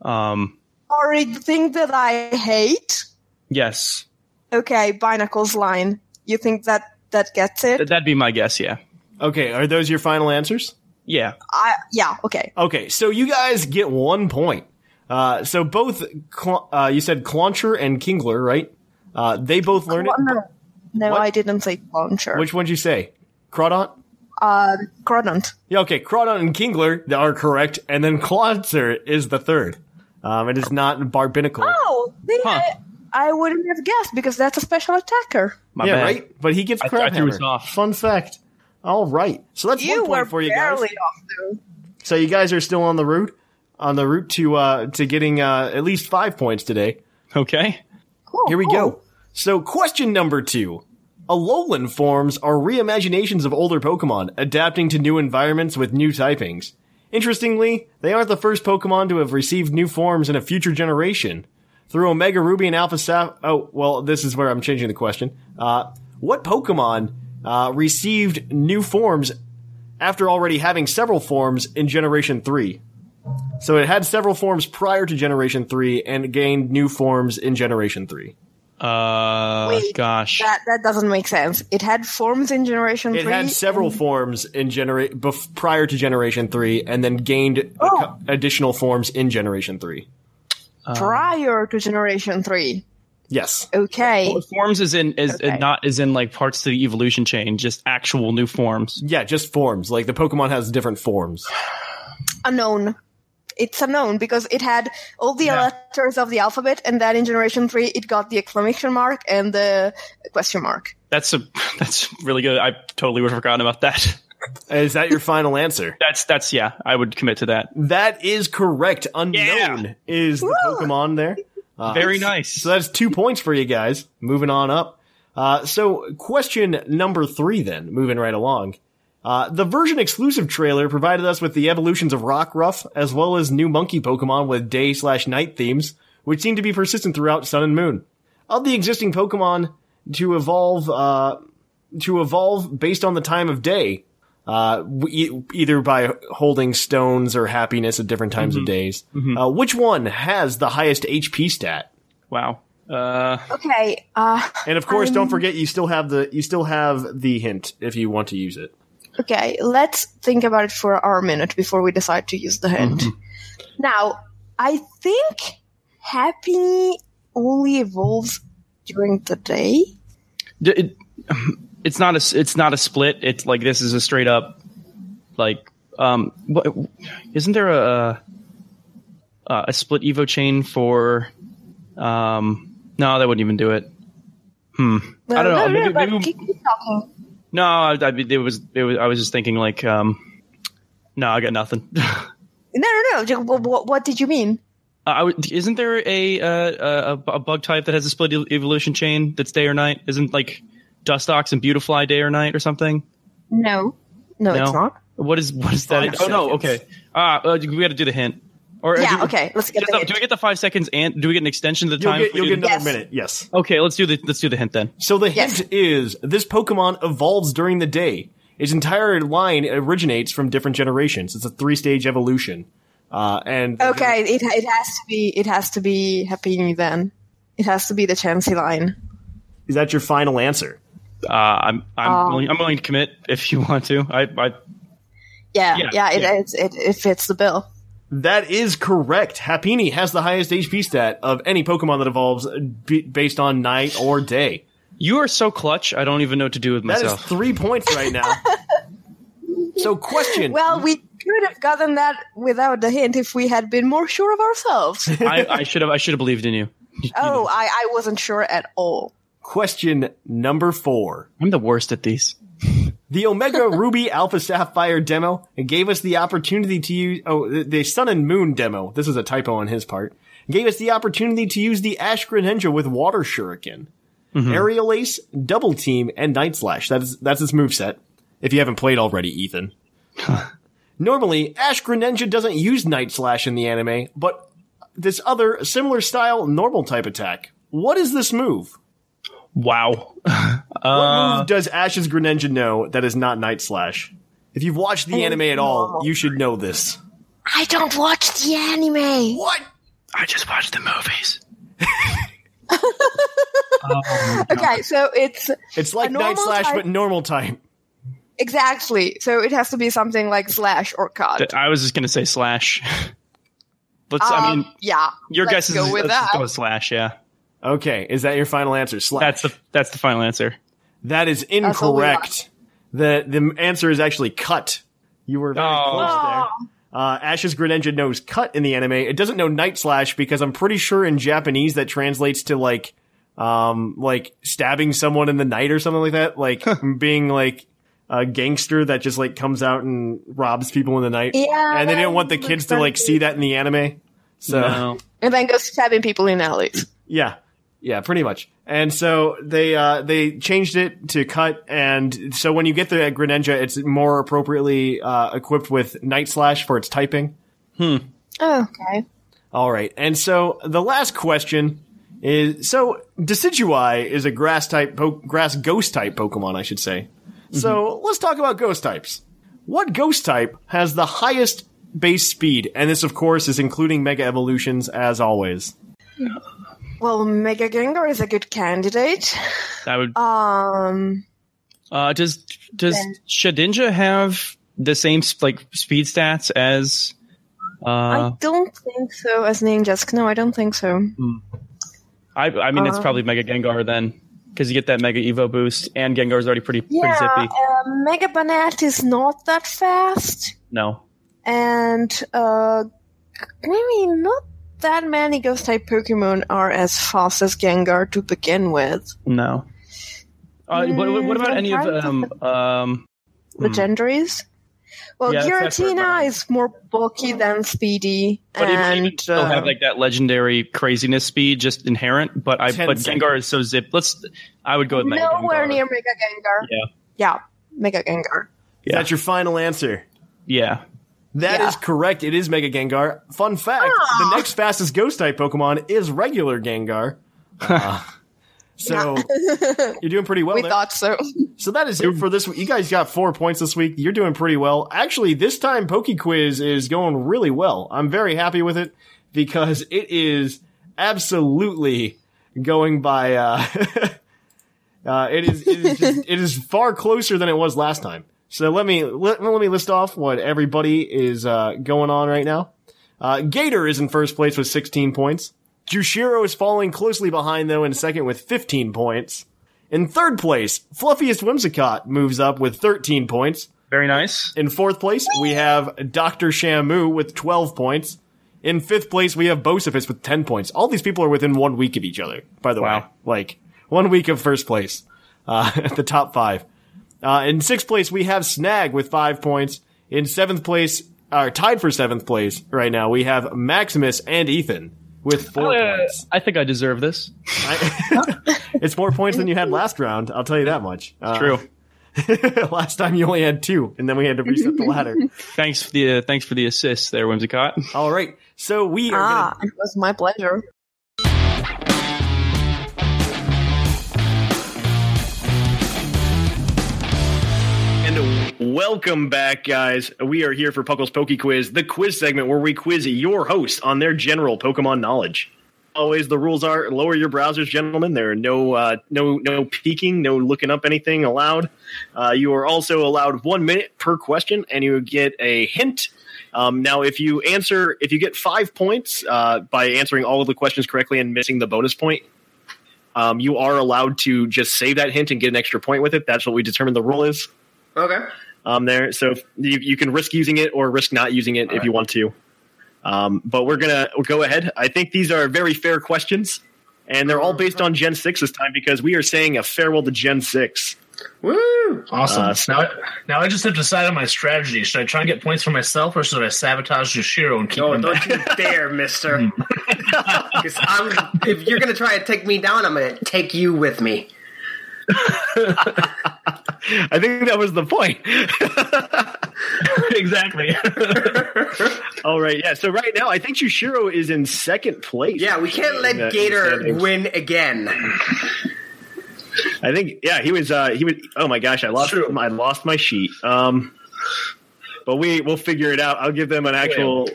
[SPEAKER 6] Um,
[SPEAKER 2] Sorry, the thing that I hate.
[SPEAKER 6] Yes,
[SPEAKER 2] Okay, Binacle's line. You think that that gets it?
[SPEAKER 6] Th- that'd be my guess. Yeah,
[SPEAKER 1] Okay, are those your final answers?
[SPEAKER 6] yeah.
[SPEAKER 2] I yeah. Okay.
[SPEAKER 1] Okay, so you guys get one point. Uh, so both, Cl- uh, you said Clauncher and Kingler, right? Uh, they both learn it.
[SPEAKER 2] Well, no, no,
[SPEAKER 1] What?
[SPEAKER 2] I didn't say launcher.
[SPEAKER 1] Which one'd you say? Crawdont?
[SPEAKER 2] Um, Cronant.
[SPEAKER 1] Yeah, okay, Crawdon and Kingler they are correct, and then Clauncher is the third. Um, it is not Barbinacle.
[SPEAKER 2] Oh, then
[SPEAKER 6] Huh.
[SPEAKER 2] I, I wouldn't have guessed because that's a special attacker.
[SPEAKER 6] My
[SPEAKER 1] yeah,
[SPEAKER 6] bad.
[SPEAKER 1] right? But he gets
[SPEAKER 6] I- I
[SPEAKER 1] crab
[SPEAKER 6] threw
[SPEAKER 1] hammer.
[SPEAKER 6] us off.
[SPEAKER 1] Fun fact. All right. So that's
[SPEAKER 2] You
[SPEAKER 1] one point
[SPEAKER 2] were
[SPEAKER 1] for you guys.
[SPEAKER 2] barely off though.
[SPEAKER 1] So you guys are still on the route, on the route to uh, to getting uh, at least five points today.
[SPEAKER 6] Okay.
[SPEAKER 2] Cool,
[SPEAKER 1] Here we
[SPEAKER 2] cool.
[SPEAKER 1] go. So question number two: Alolan forms are reimaginations of older Pokemon, adapting to new environments with new typings. Interestingly, they aren't the first Pokemon to have received new forms in a future generation. Through Omega Ruby and Alpha Sapphire. Oh, well, this is where I'm changing the question. Uh, what Pokemon uh, received new forms after already having several forms in Generation 3. So it had several forms prior to Generation 3 and gained new forms in Generation 3.
[SPEAKER 6] Uh,
[SPEAKER 2] Wait,
[SPEAKER 6] gosh.
[SPEAKER 2] That that doesn't make sense. It had forms in generation
[SPEAKER 1] It
[SPEAKER 2] three.
[SPEAKER 1] had several forms in genera- bef- prior to Generation 3 and then gained a
[SPEAKER 2] Oh.
[SPEAKER 1] cou- additional forms in Generation 3.
[SPEAKER 2] prior to generation three.
[SPEAKER 1] Yes.
[SPEAKER 2] Okay.
[SPEAKER 6] Well, forms is in is
[SPEAKER 2] Okay.
[SPEAKER 6] not is in like parts to the evolution chain, just actual new forms.
[SPEAKER 1] Yeah, just forms. Like the Pokemon has different forms.
[SPEAKER 2] unknown. It's unknown because it had all the letters of the alphabet, and then in generation three, it got the exclamation mark and the question mark.
[SPEAKER 6] That's a that's really good. I totally would have forgotten about that.
[SPEAKER 1] Is that your final answer?
[SPEAKER 6] That's that's yeah. I would commit to that.
[SPEAKER 1] That is correct. Unknown is the Pokemon there. Uh,
[SPEAKER 6] Very nice.
[SPEAKER 1] So that's two points for you guys. Moving on up. Uh, so question number three, then moving right along. Uh, the version exclusive trailer provided us with the evolutions of Rockruff as well as new monkey Pokemon with day slash night themes, which seem to be persistent throughout Sun and Moon. Of the existing Pokemon to evolve, uh, to evolve based on the time of day, uh, w- e- either by holding stones or happiness at different times
[SPEAKER 6] Mm-hmm.
[SPEAKER 1] of days. Uh, which one has the highest HP stat?
[SPEAKER 6] Wow. Uh,
[SPEAKER 2] Okay. Uh,
[SPEAKER 1] And of course, don't forget you still have the you still have the hint if you want to use it.
[SPEAKER 2] okay. Let's think about it for our minute before we decide to use the hint.
[SPEAKER 6] Mm-hmm.
[SPEAKER 2] Now, I think Happy only evolves during the day.
[SPEAKER 6] d- it, it's not a s- it's not a split. It's like this is a straight up like um. What, isn't there a a, a split Evo chain for um? No, that wouldn't even do it. I don't know,
[SPEAKER 2] No, no,
[SPEAKER 6] maybe-
[SPEAKER 2] no, but
[SPEAKER 6] maybe-
[SPEAKER 2] keep- keep talking.
[SPEAKER 6] No, I, I, it was it was I was just thinking like um. No, I got nothing.
[SPEAKER 2] No, no, no. Just- What, what- what did you mean?
[SPEAKER 6] Uh, I would- isn't there a, uh, a a bug type that has a split e- evolution chain that's day or night? Isn't like Dustox and Beautifly day or night or something?
[SPEAKER 2] No. No, it's not.
[SPEAKER 6] What is what is that? Oh no, okay. Ah, uh, we got to do the hint. Or
[SPEAKER 2] Yeah,
[SPEAKER 6] do,
[SPEAKER 2] okay. Let's get
[SPEAKER 6] just-
[SPEAKER 2] the hint.
[SPEAKER 6] do we get the five seconds and do we get an extension of the
[SPEAKER 1] You'll
[SPEAKER 6] time?
[SPEAKER 1] get
[SPEAKER 6] if we do
[SPEAKER 1] you'll get
[SPEAKER 6] the-
[SPEAKER 1] another
[SPEAKER 2] Yes.
[SPEAKER 1] minute. Yes.
[SPEAKER 6] okay, let's do the let's do the hint then.
[SPEAKER 1] So the
[SPEAKER 2] Yes.
[SPEAKER 1] hint is this Pokemon evolves during the day. Its entire line originates from different generations. It's a three stage evolution. Uh, and
[SPEAKER 2] Okay, it it has to be it has to be Happy then. It has to be the Chansey line.
[SPEAKER 1] is that your final answer?
[SPEAKER 6] Uh, I'm I'm
[SPEAKER 2] Oh.
[SPEAKER 6] willing, I'm willing to commit if you want to. I I
[SPEAKER 2] Yeah,
[SPEAKER 6] Yeah,
[SPEAKER 2] yeah, it,
[SPEAKER 6] yeah.
[SPEAKER 2] It, it it fits the bill.
[SPEAKER 1] That is correct. Happini has the highest HP stat of any Pokemon that evolves b- based on night or day.
[SPEAKER 6] you are so clutch. I don't even know what to do with
[SPEAKER 1] That is
[SPEAKER 6] myself.
[SPEAKER 1] three points right now. so question.
[SPEAKER 2] Well, we could have gotten that without the hint if we had been more sure of ourselves.
[SPEAKER 6] I, I should have I should have believed in you.
[SPEAKER 2] oh, I, I wasn't sure at all.
[SPEAKER 1] question number four.
[SPEAKER 6] I'm the worst at these.
[SPEAKER 1] The Omega Ruby Alpha Sapphire demo gave us the opportunity to use, oh, the- the Sun and Moon demo. This is a typo on his part. Gave us the opportunity to use the Ash Greninja with Water Shuriken.
[SPEAKER 6] Mm-hmm.
[SPEAKER 1] Aerial Ace, Double Team, and Night Slash. That's, that's his moveset. If you haven't played already, Ethan. Normally, Ash Greninja doesn't use Night Slash in the anime, but this other similar style normal type attack. What is this move?
[SPEAKER 6] Wow.
[SPEAKER 1] What move does Ash's Greninja know that is not Night Slash? If you've watched the anime at all, you should know this.
[SPEAKER 7] I don't watch the anime.
[SPEAKER 1] What?
[SPEAKER 6] I just watched the movies.
[SPEAKER 2] Okay, so it's
[SPEAKER 1] It's like
[SPEAKER 2] A
[SPEAKER 1] Night
[SPEAKER 2] normal
[SPEAKER 1] Slash,
[SPEAKER 2] type-
[SPEAKER 1] but normal time.
[SPEAKER 2] exactly so it has to be something like slash or cut.
[SPEAKER 6] Th- I was just gonna say slash. Let's. I
[SPEAKER 2] Um,
[SPEAKER 6] mean,
[SPEAKER 2] yeah.
[SPEAKER 6] your
[SPEAKER 2] let's
[SPEAKER 6] guess is
[SPEAKER 2] go with
[SPEAKER 6] let's just
[SPEAKER 2] that.
[SPEAKER 6] go with slash. Yeah,
[SPEAKER 1] Okay, is that your final answer? Slash.
[SPEAKER 6] that's the that's the final answer.
[SPEAKER 1] That is
[SPEAKER 2] all we
[SPEAKER 1] incorrect. The the answer is actually cut. You were very
[SPEAKER 6] Oh.
[SPEAKER 1] close there. Uh, Ash's grid engine knows cut in the anime. It doesn't know night slash because I'm pretty sure in Japanese that translates to like um like stabbing someone in the night or something like that. Like being like a gangster that just like comes out and robs people in the night.
[SPEAKER 2] Yeah,
[SPEAKER 1] And they didn't want the
[SPEAKER 2] that
[SPEAKER 1] kids
[SPEAKER 2] looks
[SPEAKER 1] to like
[SPEAKER 2] funny.
[SPEAKER 1] see that in the anime. So
[SPEAKER 6] No.
[SPEAKER 2] And then go stabbing people in alleys.
[SPEAKER 1] yeah. Yeah, pretty much. And so they uh, they changed it to cut, and so when you get the Greninja, it's more appropriately uh, equipped with Night Slash for its typing. Hmm.
[SPEAKER 2] Oh, okay.
[SPEAKER 1] All right, and so the last question is: so Decidueye is a grass type, po- grass ghost type Pokemon, I should say. So let's talk about ghost types. What ghost type has the highest base speed? And this, of course, is including Mega Evolutions, as always.
[SPEAKER 2] Well, Mega Gengar is a good candidate.
[SPEAKER 6] That
[SPEAKER 1] Hmm.
[SPEAKER 6] would.
[SPEAKER 2] Um,
[SPEAKER 6] Uh, does does Shedinja have the same s- like speed stats as? Uh,
[SPEAKER 2] I don't think so as Ninjask. No, I don't think so.
[SPEAKER 6] I I mean it's
[SPEAKER 2] Uh,
[SPEAKER 6] probably Mega Gengar then because you get that Mega Evo boost and Gengar's already pretty
[SPEAKER 2] Yeah,
[SPEAKER 6] pretty zippy.
[SPEAKER 2] uh, Mega Banat is not that fast,
[SPEAKER 6] No,
[SPEAKER 2] and uh, maybe not that many Ghost type Pokemon are as fast as Gengar to begin with.
[SPEAKER 6] no. Uh, what, what- what
[SPEAKER 2] Mm,
[SPEAKER 6] about
[SPEAKER 2] I'm
[SPEAKER 6] any of
[SPEAKER 2] trying to
[SPEAKER 6] um um?
[SPEAKER 1] Hmm.
[SPEAKER 2] Legendaries. Well,
[SPEAKER 6] Yeah, that's what I
[SPEAKER 2] Giratina
[SPEAKER 6] remember.
[SPEAKER 2] is more bulky than Speedy,
[SPEAKER 6] But even,
[SPEAKER 2] and
[SPEAKER 6] even still
[SPEAKER 2] uh,
[SPEAKER 6] have like that legendary craziness speed just inherent. But I
[SPEAKER 1] Ten
[SPEAKER 6] but
[SPEAKER 1] seconds.
[SPEAKER 6] Gengar is so zip. Let's. I would go with Mega
[SPEAKER 2] nowhere
[SPEAKER 6] Gengar.
[SPEAKER 2] near Mega Gengar.
[SPEAKER 6] Yeah.
[SPEAKER 2] yeah, Mega Gengar.
[SPEAKER 1] Is that your final answer?
[SPEAKER 6] Yeah.
[SPEAKER 1] That is
[SPEAKER 2] Yeah. Ah.
[SPEAKER 1] correct. It is Mega Gengar. Fun fact: the next fastest Ghost type Pokemon is regular Gengar. Uh, so you're doing pretty well.
[SPEAKER 2] we
[SPEAKER 1] there.
[SPEAKER 2] thought so.
[SPEAKER 1] so that is it for this week. You guys got four points this week. You're doing pretty well. Actually, this time Poke Quiz is going really well. I'm very happy with it because it is absolutely going by. Uh, uh, it is it is, just, it is far closer than it was last time. So let me let, let me list off what everybody is uh, going on right now. Uh, Gator is in first place with 16 points. Jushiro is falling closely behind though in second with 15 points. In third place, Fluffiest Whimsicott moves up with 13 points.
[SPEAKER 6] Very nice.
[SPEAKER 1] In fourth place, we have Dr. Shamu with 12 points. In fifth place, we have Bosifus with 10 points. All these people are within one week of each other, by the way.
[SPEAKER 6] Wow.
[SPEAKER 1] Like, one week of first place uh, at the top five. Uh, in sixth place, we have Snag with five points. In seventh place, or tied for seventh place right now, we have Maximus and Ethan with four
[SPEAKER 6] Uh,
[SPEAKER 1] points.
[SPEAKER 6] I think I deserve this.
[SPEAKER 1] I- it's more points than you had last round, I'll tell you that much. Uh,
[SPEAKER 6] True.
[SPEAKER 1] last time you only had two, and then we had to reset the ladder.
[SPEAKER 6] Thanks for the uh, thanks for the assist there, Whimsicott.
[SPEAKER 1] All right. So we are
[SPEAKER 2] Ah,
[SPEAKER 1] gonna,
[SPEAKER 2] it was my pleasure.
[SPEAKER 1] and welcome back, guys. We are here for Puckle's Poke Quiz, the quiz segment where we quiz your host on their general Pokemon knowledge. Always, the rules are lower your browsers, gentlemen. There are no uh, no no peeking, no looking up anything allowed. Uh, you are also allowed one minute per question, and you get a hint. Um, now, if you answer, if you get five points uh, by answering all of the questions correctly and missing the bonus point, um, you are allowed to just save that hint and get an extra point with it. That's what we determined the rule is.
[SPEAKER 3] Okay.
[SPEAKER 1] um, there. So if- you, you can risk using it or risk not using it if you want to. Um, but we're gonna we'll go ahead. I think these are very fair questions, and they're all based on Gen Six this time because we are saying a farewell to Gen Six.
[SPEAKER 3] Woo!
[SPEAKER 8] Awesome.
[SPEAKER 1] Uh,
[SPEAKER 8] now, I, now I just have to decide on my strategy. Should I try and get points for myself, or should I sabotage Yoshiro and keep
[SPEAKER 3] No,
[SPEAKER 8] him back? Hmm.
[SPEAKER 3] don't you dare, mister. 'Cause I'm, if you're going to try and take me down, I'm going to take you with me.
[SPEAKER 1] I think that was the point.
[SPEAKER 8] exactly.
[SPEAKER 1] all right, yeah. So right now, I think Yushiro is in second place.
[SPEAKER 3] Yeah, we can't
[SPEAKER 1] In
[SPEAKER 3] let
[SPEAKER 1] the- in
[SPEAKER 3] Gator
[SPEAKER 1] standings.
[SPEAKER 3] win again.
[SPEAKER 1] I think yeah, he was uh he was oh my gosh, I lost
[SPEAKER 8] True.
[SPEAKER 1] I lost my sheet. Um but we we'll figure it out. I'll give them an actual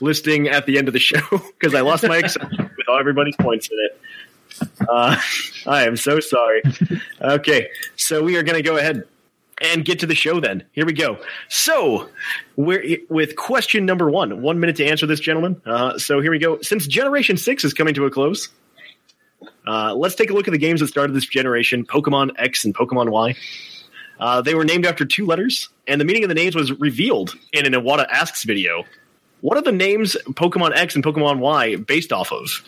[SPEAKER 1] listing at the end of the show because I lost my Excel with all everybody's points in it. Uh, I am so sorry. Okay, so we are going to go ahead and get to the show then. Here we go. So, we're with question number one. One minute to answer this, gentlemen. Uh, so, here we go. Since Generation 6 is coming to a close, uh, let's take a look at the games that started this generation Pokemon X and Pokemon Y. Uh, they were named after two letters, and the meaning of the names was revealed in an Iwata Asks video. What are the names Pokemon X and Pokemon Y based off of?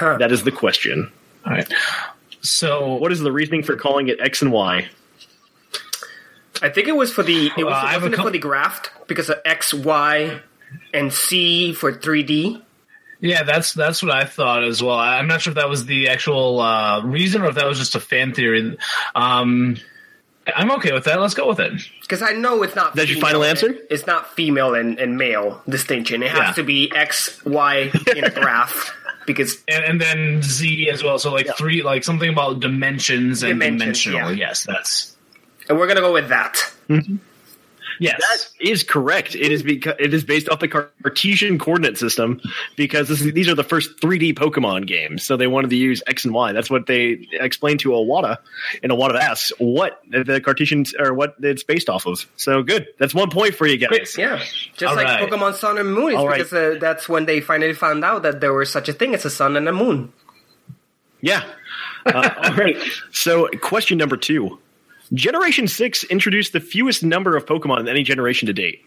[SPEAKER 1] That is the question.
[SPEAKER 8] All right. So
[SPEAKER 1] What is the reasoning for calling it X and Y?
[SPEAKER 9] I think it was for the it was
[SPEAKER 8] Uh, I have
[SPEAKER 9] wasn't
[SPEAKER 8] a
[SPEAKER 9] it
[SPEAKER 8] cou-
[SPEAKER 9] for the graft because of X, Y, and C for 3D.
[SPEAKER 8] Yeah, that's that's what I thought as well. I- I'm not sure if that was the actual uh, reason or if that was just a fan theory. Um, I'm okay with that. Let's go with it.
[SPEAKER 9] Because I know it's not.
[SPEAKER 1] That's your
[SPEAKER 9] female
[SPEAKER 1] final
[SPEAKER 9] and-
[SPEAKER 1] answer?
[SPEAKER 9] It's not female and, and male distinction. It has
[SPEAKER 8] Yeah.
[SPEAKER 9] to be X, Y in a graph because
[SPEAKER 8] And, and then Z as well. So like three, like something about dimensions and
[SPEAKER 9] Dimensions,
[SPEAKER 8] dimensional.
[SPEAKER 9] yeah.
[SPEAKER 8] Yes, that's
[SPEAKER 9] and we're gonna go with that.
[SPEAKER 8] yes.
[SPEAKER 1] That is correct. It is because it is based off the Car- Cartesian coordinate system because this is, these are the first 3D Pokemon games, so they wanted to use X and Y. That's what they explained to Awada, and Awada asks what the Cartesian or what it's based off of. So good. That's one point for you guys.
[SPEAKER 9] Yeah, just
[SPEAKER 8] All
[SPEAKER 9] like
[SPEAKER 8] right.
[SPEAKER 9] Pokemon Sun and Moon, it's
[SPEAKER 1] All right.
[SPEAKER 9] because uh, that's when they finally found out that there was such a thing as a sun and a moon.
[SPEAKER 1] Yeah. Uh, all right. So, question number two Generation 6 introduced the fewest number of Pokemon in any generation to date.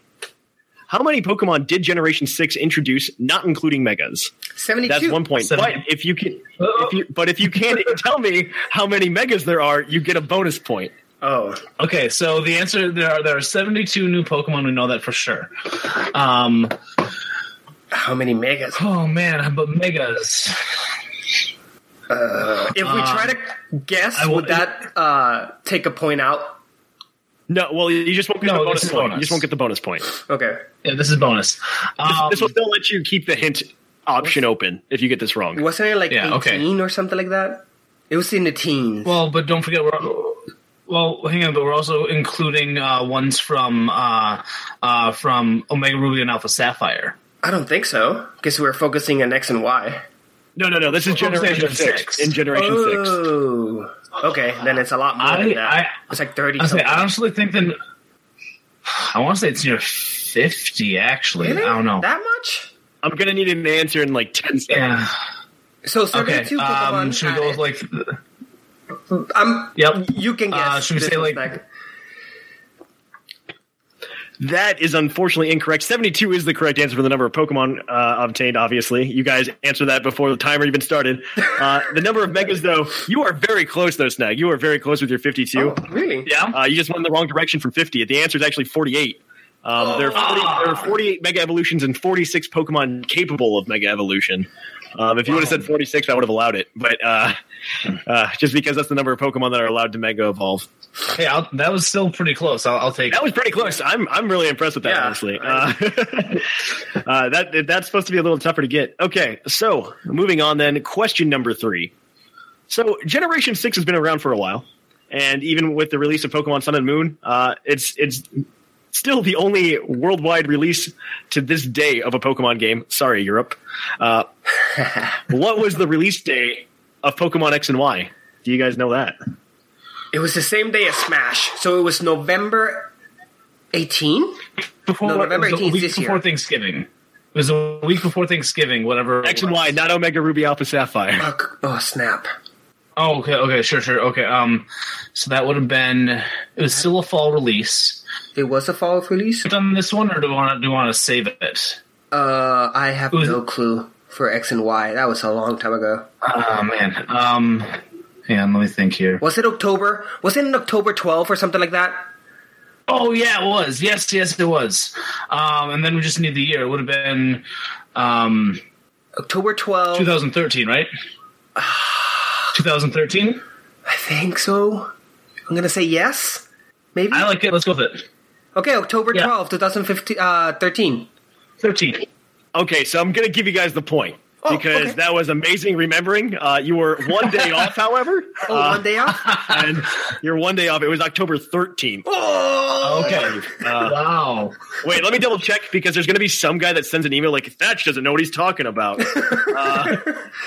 [SPEAKER 1] How many Pokemon did Generation 6 introduce, not including Megas?
[SPEAKER 9] Seventy-two.
[SPEAKER 1] That's one point.
[SPEAKER 8] Seven.
[SPEAKER 1] But if you can, if you, but if you can't tell me how many Megas there are, you get a bonus point.
[SPEAKER 9] Oh,
[SPEAKER 8] Okay, so the answer there are there are 72 new Pokemon. We know that for sure. Um,
[SPEAKER 9] how many megas?
[SPEAKER 8] oh man, but megas.
[SPEAKER 9] Uh, If we try to guess,
[SPEAKER 8] Uh, I will-
[SPEAKER 9] would that uh, take a point out?
[SPEAKER 1] No, well, you just won't get
[SPEAKER 8] No,
[SPEAKER 1] the
[SPEAKER 8] this
[SPEAKER 1] bonus
[SPEAKER 8] is
[SPEAKER 1] point.
[SPEAKER 8] bonus.
[SPEAKER 1] You just won't get the bonus point.
[SPEAKER 9] Okay.
[SPEAKER 8] Yeah, this is bonus. Um,
[SPEAKER 1] this will still let you keep the hint option open if you get this wrong.
[SPEAKER 9] Wasn't it like
[SPEAKER 8] Yeah, okay.
[SPEAKER 9] 18 or something like that? It was in the teens.
[SPEAKER 8] Well, but don't forget we're well, hang on, but we're also including uh, ones from uh, uh, from Omega Ruby and Alpha Sapphire.
[SPEAKER 9] I don't think so, because we were focusing on X and Y.
[SPEAKER 1] No, no, no. This is
[SPEAKER 8] Well, I'm saying
[SPEAKER 1] Generation
[SPEAKER 8] it's
[SPEAKER 1] Six.
[SPEAKER 8] six.
[SPEAKER 1] In Generation Six.
[SPEAKER 9] Oh. Okay, then it's a lot more
[SPEAKER 8] I-
[SPEAKER 9] than that.
[SPEAKER 8] I-
[SPEAKER 9] it's like 30
[SPEAKER 8] I, say,
[SPEAKER 9] something.
[SPEAKER 8] I honestly think that I want to say it's near fifty. Actually,
[SPEAKER 9] Really?
[SPEAKER 8] I don't know.
[SPEAKER 9] That much?
[SPEAKER 1] I'm gonna need an answer in like ten seconds.
[SPEAKER 8] yeah.
[SPEAKER 9] So
[SPEAKER 8] Okay.
[SPEAKER 9] 72 Pokemon.
[SPEAKER 8] Um, should we go
[SPEAKER 9] had
[SPEAKER 8] with
[SPEAKER 9] it.
[SPEAKER 8] like?
[SPEAKER 9] I'm,
[SPEAKER 8] Yep.
[SPEAKER 9] you can guess.
[SPEAKER 8] Uh, should we
[SPEAKER 9] This
[SPEAKER 8] say,
[SPEAKER 9] was
[SPEAKER 8] like-
[SPEAKER 1] That is unfortunately incorrect. 72 is the correct answer for the number of Pokemon uh, obtained, obviously. You guys answered that before the timer even started. Uh, the number of megas, though, you are very close, though, Snag. You are very close with your 52.
[SPEAKER 9] Oh, really?
[SPEAKER 8] Yeah.
[SPEAKER 1] Uh, you just went in the wrong direction from 50. The answer is actually 48. Um, there, are 40, there are 48 mega evolutions and 46 Pokemon capable of mega evolution. Um, if you would have said 46, I would have allowed it. But uh, uh, just because that's the number of Pokemon that are allowed to mega evolve.
[SPEAKER 8] Hey, I'll, that was still pretty close. I'll, I'll take. it.
[SPEAKER 1] That was pretty close. I'm I'm really impressed with that,
[SPEAKER 9] Yeah.
[SPEAKER 1] honestly. Uh, uh, that that's supposed to be a little tougher to get. Okay, so moving on then. Question number three. So Generation Six has been around for a while, and even with the release of Pokemon Sun and Moon, uh, it's it's still the only worldwide release to this day of a Pokemon game. Sorry, Europe. Uh, what was the release day of Pokemon X and Y? Do you guys know that?
[SPEAKER 9] It was the same day as Smash, so it was November 18?
[SPEAKER 8] before
[SPEAKER 9] No, November
[SPEAKER 8] it was the
[SPEAKER 9] 18th
[SPEAKER 8] week
[SPEAKER 9] this year.
[SPEAKER 8] before Thanksgiving. It was a week before Thanksgiving. Whatever.
[SPEAKER 1] X and Y, not Omega Ruby Alpha Sapphire.
[SPEAKER 9] Oh, c- oh, snap.
[SPEAKER 8] Oh, okay, okay, sure, sure, okay. Um, so that would have been it was still a fall release.
[SPEAKER 9] It was a fall release?
[SPEAKER 8] Done this one, or do we want to do we want to save it?
[SPEAKER 9] Uh, I have
[SPEAKER 8] was-
[SPEAKER 9] no clue for X and Y. That was a long time ago.
[SPEAKER 8] Oh man. Um, hang on, let me think here.
[SPEAKER 9] Was it October? Was it in October 12 or something like that?
[SPEAKER 8] Oh yeah, it was. Yes, yes, it was. Um, and then we just need the year. It would have been um
[SPEAKER 9] October 12.
[SPEAKER 8] 2013, right? 2013.
[SPEAKER 9] I think so. I'm gonna say yes. Maybe.
[SPEAKER 8] I like it. Let's go with it.
[SPEAKER 9] okay, October
[SPEAKER 8] Yeah.
[SPEAKER 9] 12, 2015, uh, 13.
[SPEAKER 8] 13.
[SPEAKER 1] Okay, so I'm going to give you guys the point
[SPEAKER 9] Oh,
[SPEAKER 1] because
[SPEAKER 9] okay.
[SPEAKER 1] that was amazing remembering. Uh, you were one day off, however, Uh,
[SPEAKER 9] Oh, one day off.
[SPEAKER 1] and you're one day off. It was October 13th.
[SPEAKER 9] Oh,
[SPEAKER 8] Oh, okay. wow.
[SPEAKER 1] Uh, Wait, let me double check because there's going to be some guy that sends an email like Thatch doesn't know what he's talking about. Uh,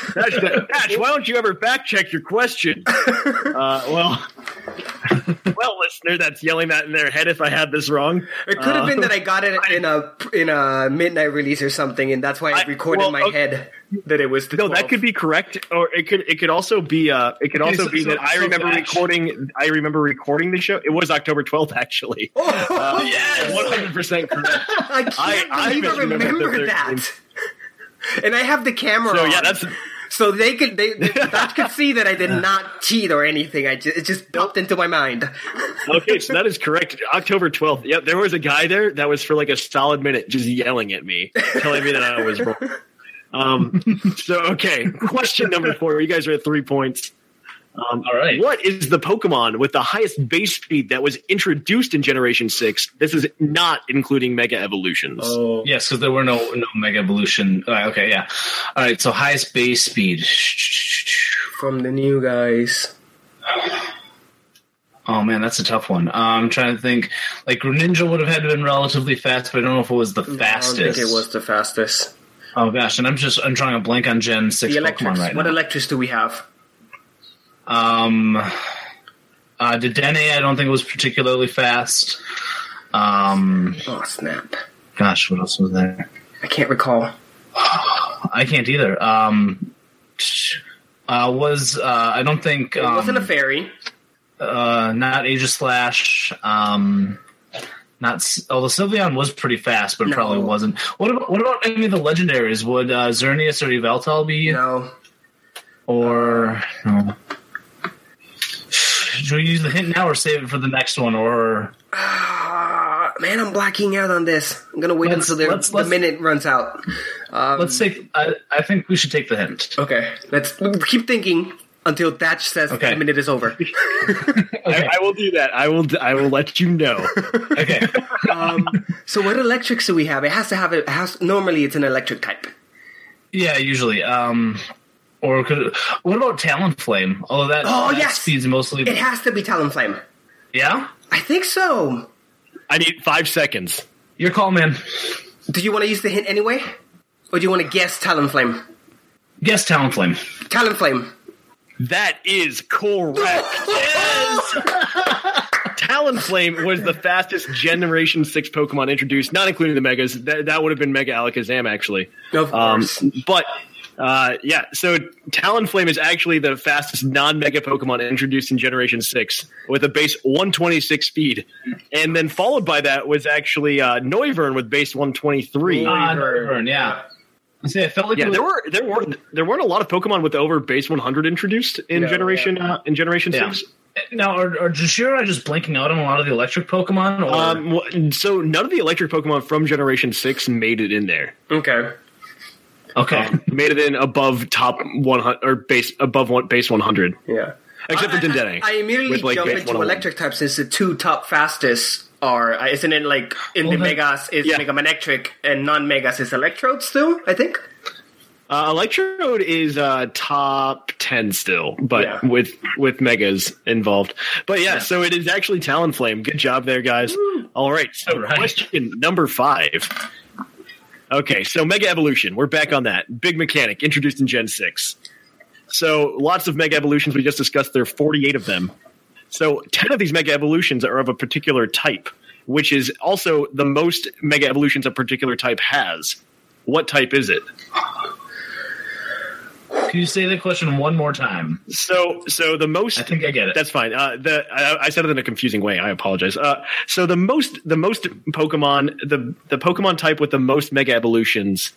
[SPEAKER 1] Thatch, Thatch, why don't you ever fact check your question? Uh, well, well, listener, that's yelling that in their head. If I had this wrong, Uh,
[SPEAKER 9] It could have been that I got it in a in a midnight release or something, and that's why I recorded
[SPEAKER 1] well,
[SPEAKER 9] in my
[SPEAKER 1] okay.
[SPEAKER 9] head that it was the.
[SPEAKER 1] No, that could be correct, or it could it could also be uh, it could
[SPEAKER 9] Okay,
[SPEAKER 1] also
[SPEAKER 9] so-
[SPEAKER 1] be
[SPEAKER 9] so-
[SPEAKER 1] that I
[SPEAKER 9] so
[SPEAKER 1] remember
[SPEAKER 9] Thatch-
[SPEAKER 1] recording I remember recording the show. It was October twelfth, actually. yes, one hundred percent correct.
[SPEAKER 9] I can't
[SPEAKER 1] I
[SPEAKER 9] believe I,
[SPEAKER 1] misremembered the
[SPEAKER 9] remember that. And I have the camera.
[SPEAKER 1] So
[SPEAKER 9] on.
[SPEAKER 1] yeah, that's
[SPEAKER 9] So they could they, they that could see that I did not cheat or anything. I just, it just popped into my mind.
[SPEAKER 1] okay, so that is correct. October 12th. Yep, there was a guy there that was for like a solid minute just yelling at me, telling me that I was wrong. Um, so, okay, question number four. You guys are at three points. Um,
[SPEAKER 8] All right.
[SPEAKER 1] What is the Pokemon with the highest base speed that was introduced in Generation 6? This is not including Mega Evolutions.
[SPEAKER 8] Oh. Yes, because there were no no mega evolution. All right, okay, yeah. All right, so highest base speed.
[SPEAKER 9] From the new guys.
[SPEAKER 8] Oh man, that's a tough one. Uh, I'm trying to think. Like Greninja would have had to been relatively fast, but I don't know if it was the fastest.
[SPEAKER 9] I don't think it was the fastest.
[SPEAKER 8] Oh gosh, and I'm just I'm trying to blank on Gen Six
[SPEAKER 9] the
[SPEAKER 8] Pokemon
[SPEAKER 9] electrics.
[SPEAKER 8] right
[SPEAKER 9] what
[SPEAKER 8] now.
[SPEAKER 9] electrics do we have?
[SPEAKER 8] um, uh, Dedenne, I don't think was particularly fast. Um,
[SPEAKER 9] oh snap!
[SPEAKER 8] Gosh, what else was there?
[SPEAKER 9] I can't recall.
[SPEAKER 8] I can't either. Um, uh, was uh, I don't think
[SPEAKER 9] It
[SPEAKER 8] um,
[SPEAKER 9] wasn't a fairy.
[SPEAKER 8] uh, not Aegis Slash. Um, not S- although Sylveon was pretty fast, but it probably wasn't. What about what about any of the legendaries? Would uh, Xerneas or Yveltal be?
[SPEAKER 9] No.
[SPEAKER 8] Or no. Should we use the hint now, or save it for the next one? Or
[SPEAKER 9] Ah, man, I'm blacking out on this. I'm gonna wait
[SPEAKER 8] Let's-
[SPEAKER 9] until the,
[SPEAKER 8] let's-
[SPEAKER 9] the
[SPEAKER 8] let's-
[SPEAKER 9] minute runs out. Um,
[SPEAKER 8] let's take. I, I think we should take the hint.
[SPEAKER 9] Okay, let's keep thinking until Thatch says
[SPEAKER 8] Okay.
[SPEAKER 9] the minute is over.
[SPEAKER 1] I, I will do that. I will. I will let you know.
[SPEAKER 8] Okay.
[SPEAKER 9] um, so what electrics do we have? It has to have a it has. Normally, it's an electric type.
[SPEAKER 8] Yeah, usually. Um, or could, what about Talonflame? Although that,
[SPEAKER 9] Oh,
[SPEAKER 8] that
[SPEAKER 9] yes!
[SPEAKER 8] speed's mostly
[SPEAKER 9] It has to be Talonflame.
[SPEAKER 8] yeah.
[SPEAKER 9] I think so.
[SPEAKER 1] I need five seconds.
[SPEAKER 8] Your call, man.
[SPEAKER 9] Do you want to use the hint anyway, or do you want to guess Talonflame?
[SPEAKER 8] Guess Talonflame.
[SPEAKER 9] Talonflame.
[SPEAKER 1] That is correct. yes! Talonflame was the fastest Generation 6 Pokemon introduced, not including the Megas. That, that would have been Mega Alakazam, actually.
[SPEAKER 9] Of
[SPEAKER 1] Um,
[SPEAKER 9] course.
[SPEAKER 1] but, uh, yeah, so Talonflame is actually the fastest non Mega Pokemon introduced in Generation 6 with a base 126 speed. And then followed by that was actually uh, Noivern with base 123.
[SPEAKER 8] Ah, Noivern, yeah. I say I felt like
[SPEAKER 1] Yeah,
[SPEAKER 8] it was,
[SPEAKER 1] there were there were there weren't a lot of Pokemon with over base 100 introduced in generation Uh, in generation
[SPEAKER 8] Yeah.
[SPEAKER 1] six.
[SPEAKER 8] now are, are Jashira just blanking out on a lot of the electric Pokemon? Or
[SPEAKER 1] Um, wh- so none of the electric Pokemon from generation six made it in there.
[SPEAKER 9] Okay.
[SPEAKER 8] okay,
[SPEAKER 1] Um, Made it in above top 100 or base above one base 100,
[SPEAKER 9] Yeah.
[SPEAKER 1] except for Dendene.
[SPEAKER 9] I immediately
[SPEAKER 1] with, like,
[SPEAKER 9] jump
[SPEAKER 1] base
[SPEAKER 9] into
[SPEAKER 1] 101.
[SPEAKER 9] electric types since the two top fastest are uh, isn't it like in the
[SPEAKER 8] Well, then-
[SPEAKER 9] megas is
[SPEAKER 1] Yeah.
[SPEAKER 9] Mega Man Electric and non megas is Electrode still I think
[SPEAKER 1] Uh, Electrode is uh, top ten still, but
[SPEAKER 9] Yeah.
[SPEAKER 1] with with megas involved. But yeah, so it is actually Talonflame. Good job there, guys. All right, so
[SPEAKER 8] All right.
[SPEAKER 1] question number five. Okay, so Mega Evolution. We're back on that big mechanic introduced in Gen Six. So lots of Mega Evolutions. We just discussed. There are forty eight of them. So ten of these Mega Evolutions are of a particular type, which is also the most Mega Evolutions a particular type has. What type is it?
[SPEAKER 8] can you say the question one more time?
[SPEAKER 1] So, so the most.
[SPEAKER 8] I think I get it.
[SPEAKER 1] That's fine. Uh, the I, I said it in a confusing way. I apologize. Uh, so the most, the most Pokemon, the the Pokemon type with the most Mega Evolutions.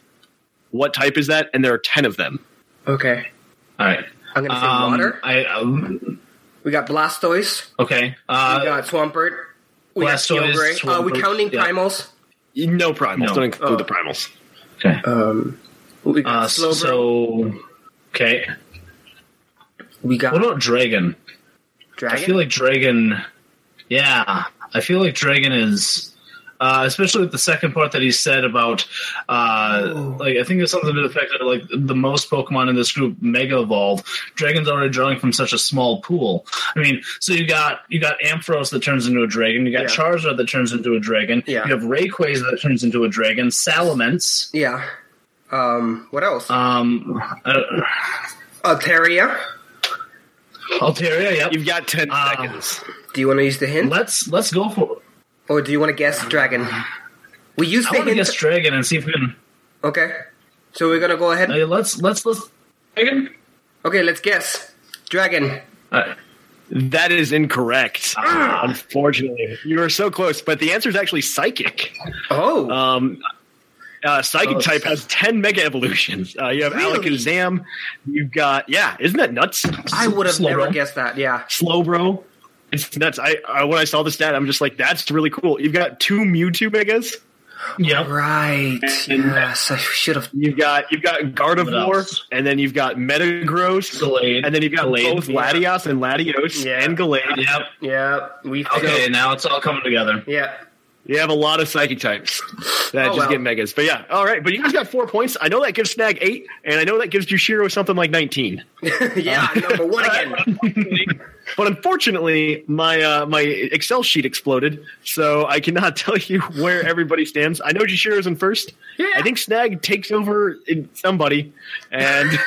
[SPEAKER 1] What type is that? And there are ten of them.
[SPEAKER 9] okay
[SPEAKER 8] All right.
[SPEAKER 9] I'm gonna say
[SPEAKER 8] Um,
[SPEAKER 9] water
[SPEAKER 8] I um,
[SPEAKER 9] we got Blastoise
[SPEAKER 8] okay. Uh,
[SPEAKER 9] we got Swampert we got
[SPEAKER 8] Blastoise,
[SPEAKER 9] Kyogre are we
[SPEAKER 8] Swampert,
[SPEAKER 9] counting
[SPEAKER 8] yeah.
[SPEAKER 9] primals
[SPEAKER 1] No primals.
[SPEAKER 8] No.
[SPEAKER 1] Don't include
[SPEAKER 9] Oh.
[SPEAKER 1] the primals.
[SPEAKER 8] okay.
[SPEAKER 9] um we got
[SPEAKER 8] Uh,
[SPEAKER 9] Slowbro
[SPEAKER 8] so okay.
[SPEAKER 9] we got
[SPEAKER 8] What about Dragon? I
[SPEAKER 9] Dragon
[SPEAKER 8] feel like Dragon. Yeah, I feel like Dragon is. uh, especially with the second part that he said about, uh, like I think it's something to the effect that like the most Pokemon in this group mega evolve. Dragons already drawing from such a small pool. I mean, so you got you got Ampharos that turns into a dragon. You got
[SPEAKER 9] Yeah.
[SPEAKER 8] Charizard that turns into a dragon.
[SPEAKER 9] Yeah.
[SPEAKER 8] You have Rayquaza that turns into a dragon. Salamence.
[SPEAKER 9] Yeah. Um. What else?
[SPEAKER 8] Um. Uh,
[SPEAKER 9] Altaria.
[SPEAKER 8] Altaria. Yep.
[SPEAKER 9] You've got ten
[SPEAKER 8] seconds.
[SPEAKER 9] Do you want to use the hint?
[SPEAKER 8] Let's let's go for.
[SPEAKER 9] Or do you want to guess dragon? We use
[SPEAKER 8] I
[SPEAKER 9] the
[SPEAKER 8] want to
[SPEAKER 9] hint.
[SPEAKER 8] guess dragon and see if we can.
[SPEAKER 9] Okay. So we're gonna go ahead.
[SPEAKER 8] Hey, let's let's let's. Dragon.
[SPEAKER 9] Okay, let's guess. Dragon.
[SPEAKER 1] Uh, That is incorrect.
[SPEAKER 9] Ah.
[SPEAKER 1] Unfortunately, you were so close, but the answer is actually psychic.
[SPEAKER 9] Oh,
[SPEAKER 1] um, uh, psychic
[SPEAKER 8] Oh.
[SPEAKER 1] type has ten mega evolutions. Uh, you have Alakazam. You've got yeah, isn't that nuts?
[SPEAKER 9] I would have never
[SPEAKER 1] Slowbro.
[SPEAKER 9] guessed that. Yeah.
[SPEAKER 1] Slowbro. It's nuts. I, I when I saw the stat, I'm just like, that's really cool. You've got two Mewtwo megas.
[SPEAKER 8] Yep.
[SPEAKER 9] Right. Yes, I should have.
[SPEAKER 1] You've got you've got
[SPEAKER 8] What
[SPEAKER 1] Gardevoir,
[SPEAKER 8] else?
[SPEAKER 1] and then you've got Metagross,
[SPEAKER 8] Gallade.
[SPEAKER 1] and then you've got
[SPEAKER 8] Gallade,
[SPEAKER 1] both
[SPEAKER 8] yeah.
[SPEAKER 1] Latios and Latios
[SPEAKER 9] Yeah.
[SPEAKER 1] and Gallade.
[SPEAKER 8] Yep.
[SPEAKER 9] Yeah. We.
[SPEAKER 8] Okay, now it's all coming together.
[SPEAKER 9] Yeah.
[SPEAKER 1] You have a lot of psychic types that
[SPEAKER 9] Oh,
[SPEAKER 1] just
[SPEAKER 9] well.
[SPEAKER 1] get megas. But yeah, all right. But you guys got four points. I know that gives Snag eight, and I know that gives Jushiro something like nineteen.
[SPEAKER 9] yeah. Number one again.
[SPEAKER 1] But unfortunately, my uh, my Excel sheet exploded, so I cannot tell you where everybody stands. I know Jushiro's in first. Yeah. I think Snag takes over in somebody, and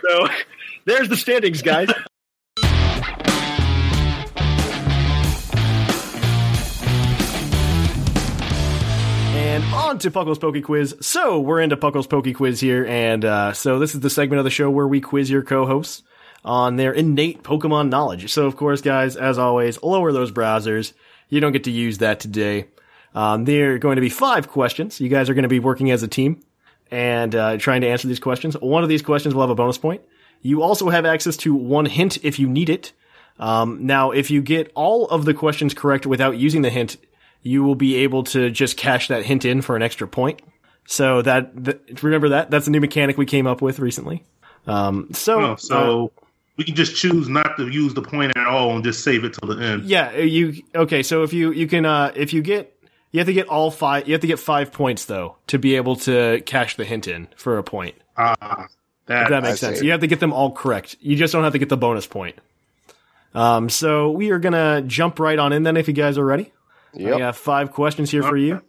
[SPEAKER 1] so there's the standings, guys. And on to Puckle's Poke Quiz. So we're into Puckle's Poke Quiz here, and uh, so this is the segment of the show where we quiz your co-hosts on their innate Pokemon knowledge. So of course, guys, as always, lower those browsers. You don't get to use that today. Um, there are going to be five questions. You guys are going to be working as a team and uh, trying to answer these questions. One of these questions will have a bonus point. You also have access to one hint if you need it. Um, now, if you get all of the questions correct without using the hint, you will be able to just cash that hint in for an extra point. So that th- remember that that's a new mechanic we came up with recently. Um, so uh,
[SPEAKER 10] Oh, so we can just choose not to use the point at all and just save it till the end.
[SPEAKER 1] Yeah, you okay? So if you you can uh if you get you have to get all five you have to get five points though to be able to cash the hint in for a point.
[SPEAKER 10] Ah, that,
[SPEAKER 1] If that makes
[SPEAKER 10] I
[SPEAKER 1] sense.
[SPEAKER 10] see.
[SPEAKER 1] You have to get them all correct. You just don't have to get the bonus point. Um, so we are gonna jump right on in then if you guys are ready. I
[SPEAKER 11] Yep.
[SPEAKER 1] got five questions here for you.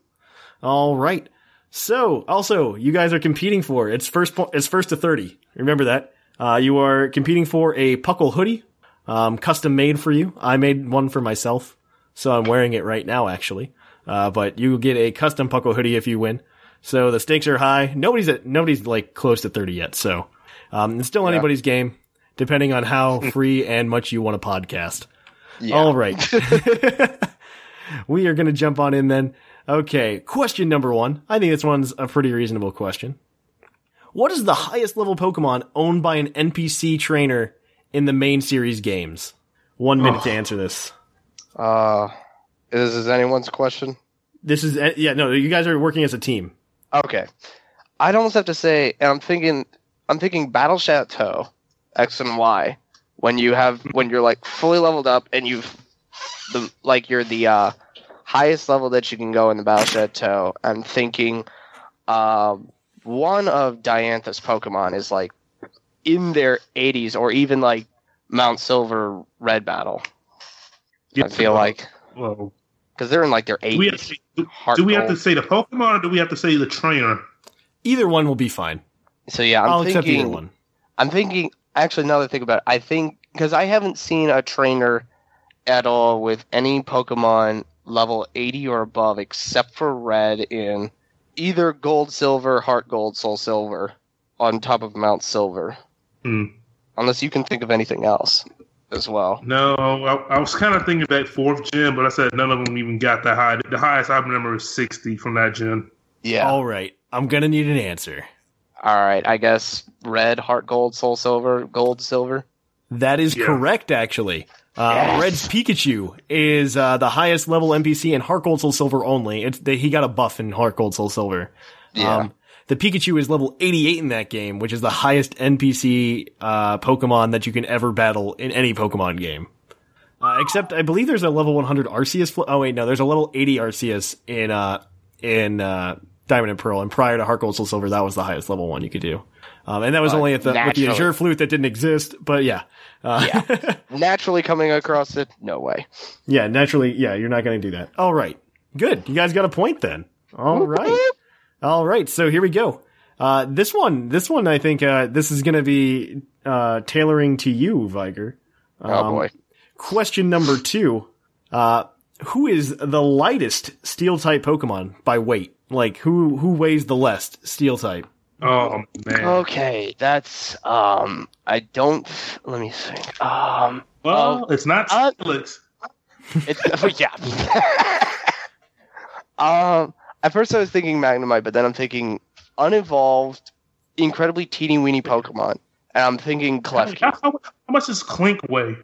[SPEAKER 1] All right. So also you guys are competing for it's first po- it's first to thirty. Remember that. Uh, you are competing for a Puckle hoodie, um, custom made for you. I made one for myself, so I'm wearing it right now actually. Uh, but you will get a custom Puckle hoodie if you win. So the stakes are high. Nobody's at nobody's like close to thirty yet. So um, it's still anybody's game, depending on how free and much you want a podcast. All right. we are going to jump on in then. Okay, question number one. I think this one's a pretty reasonable question. What is the highest level Pokemon owned by an NPC trainer in the main series games? One minute to answer this.
[SPEAKER 11] Uh, is this anyone's question?
[SPEAKER 1] This is, eh, yeah, no, you guys are working as a team.
[SPEAKER 11] Okay. I'd almost have to say, and I'm thinking, I'm thinking Battle Chateau, X and Y, when you have when you're like fully leveled up and you've the like you're the uh, highest level that you can go in the Battle Chateau. I'm thinking, uh, one of Diantha's Pokemon is like in their 80s or even like Mount Silver Red Battle. I feel like
[SPEAKER 10] Well,
[SPEAKER 11] because they're in like their
[SPEAKER 10] do we, have
[SPEAKER 11] 80s.
[SPEAKER 10] to, do,
[SPEAKER 11] Heart
[SPEAKER 10] do we have to
[SPEAKER 11] gold.
[SPEAKER 10] say the Pokemon or do we have to say the trainer?
[SPEAKER 1] Either one will be fine.
[SPEAKER 11] So yeah, I'm
[SPEAKER 1] i will accept either
[SPEAKER 11] thinking.
[SPEAKER 1] one.
[SPEAKER 11] I'm thinking. Actually, now that I think about it, I think because I haven't seen a trainer at all with any Pokemon level 80 or above, except for Red in either Gold, Silver, Heart Gold, Soul Silver, on top of Mount Silver.
[SPEAKER 10] Hmm.
[SPEAKER 11] Unless you can think of anything else as well.
[SPEAKER 10] No, I, I was kind of thinking that fourth gen, but I said none of them even got that high. The highest I remember is 60 from that gen.
[SPEAKER 11] Yeah.
[SPEAKER 1] All right. I'm going to need an answer.
[SPEAKER 11] All right. I guess Red, Heart Gold, Soul Silver, Gold, Silver.
[SPEAKER 1] That is
[SPEAKER 10] Yeah.
[SPEAKER 1] correct, actually. Uh, Red's Pikachu is uh, the highest level NPC in Heart Gold Soul Silver only. It's, they, he got a buff in Heart Gold Soul Silver. Um,
[SPEAKER 11] Yeah.
[SPEAKER 1] the Pikachu is level 88 in that game, which is the highest NPC uh, Pokemon that you can ever battle in any Pokemon game. Uh, except I believe there's a level 100 Arceus. Fl- oh wait, no, there's a level 80 Arceus in uh in uh, Diamond and Pearl, and prior to Heart Gold Soul Silver, that was the highest level one you could do. Um, and that was
[SPEAKER 11] Uh,
[SPEAKER 1] only at the with the
[SPEAKER 11] naturally.
[SPEAKER 1] Azure Flute that didn't exist. But yeah, uh, yeah,
[SPEAKER 11] Naturally coming across it, no way.
[SPEAKER 1] yeah, naturally, yeah, you're not going to do that. All right, good. You guys got a point then. All right, all right. So here we go. Uh, this one, this one, I think uh, this is going to be uh, tailoring to you, Viger. Um,
[SPEAKER 11] Oh, boy.
[SPEAKER 1] Question number two: uh, Who is the lightest Steel type Pokemon by weight? Like who who weighs the less Steel type?
[SPEAKER 10] Oh man.
[SPEAKER 11] Okay, that's um. I don't. Let me think. Um. uh,
[SPEAKER 10] Well, it's not Alex.
[SPEAKER 11] It's oh, yeah. um. At first, I was thinking Magnemite, but then I'm thinking unevolved, incredibly teeny weeny Pokemon, and I'm thinking Klefki.
[SPEAKER 10] How, how- how much does Clink weigh?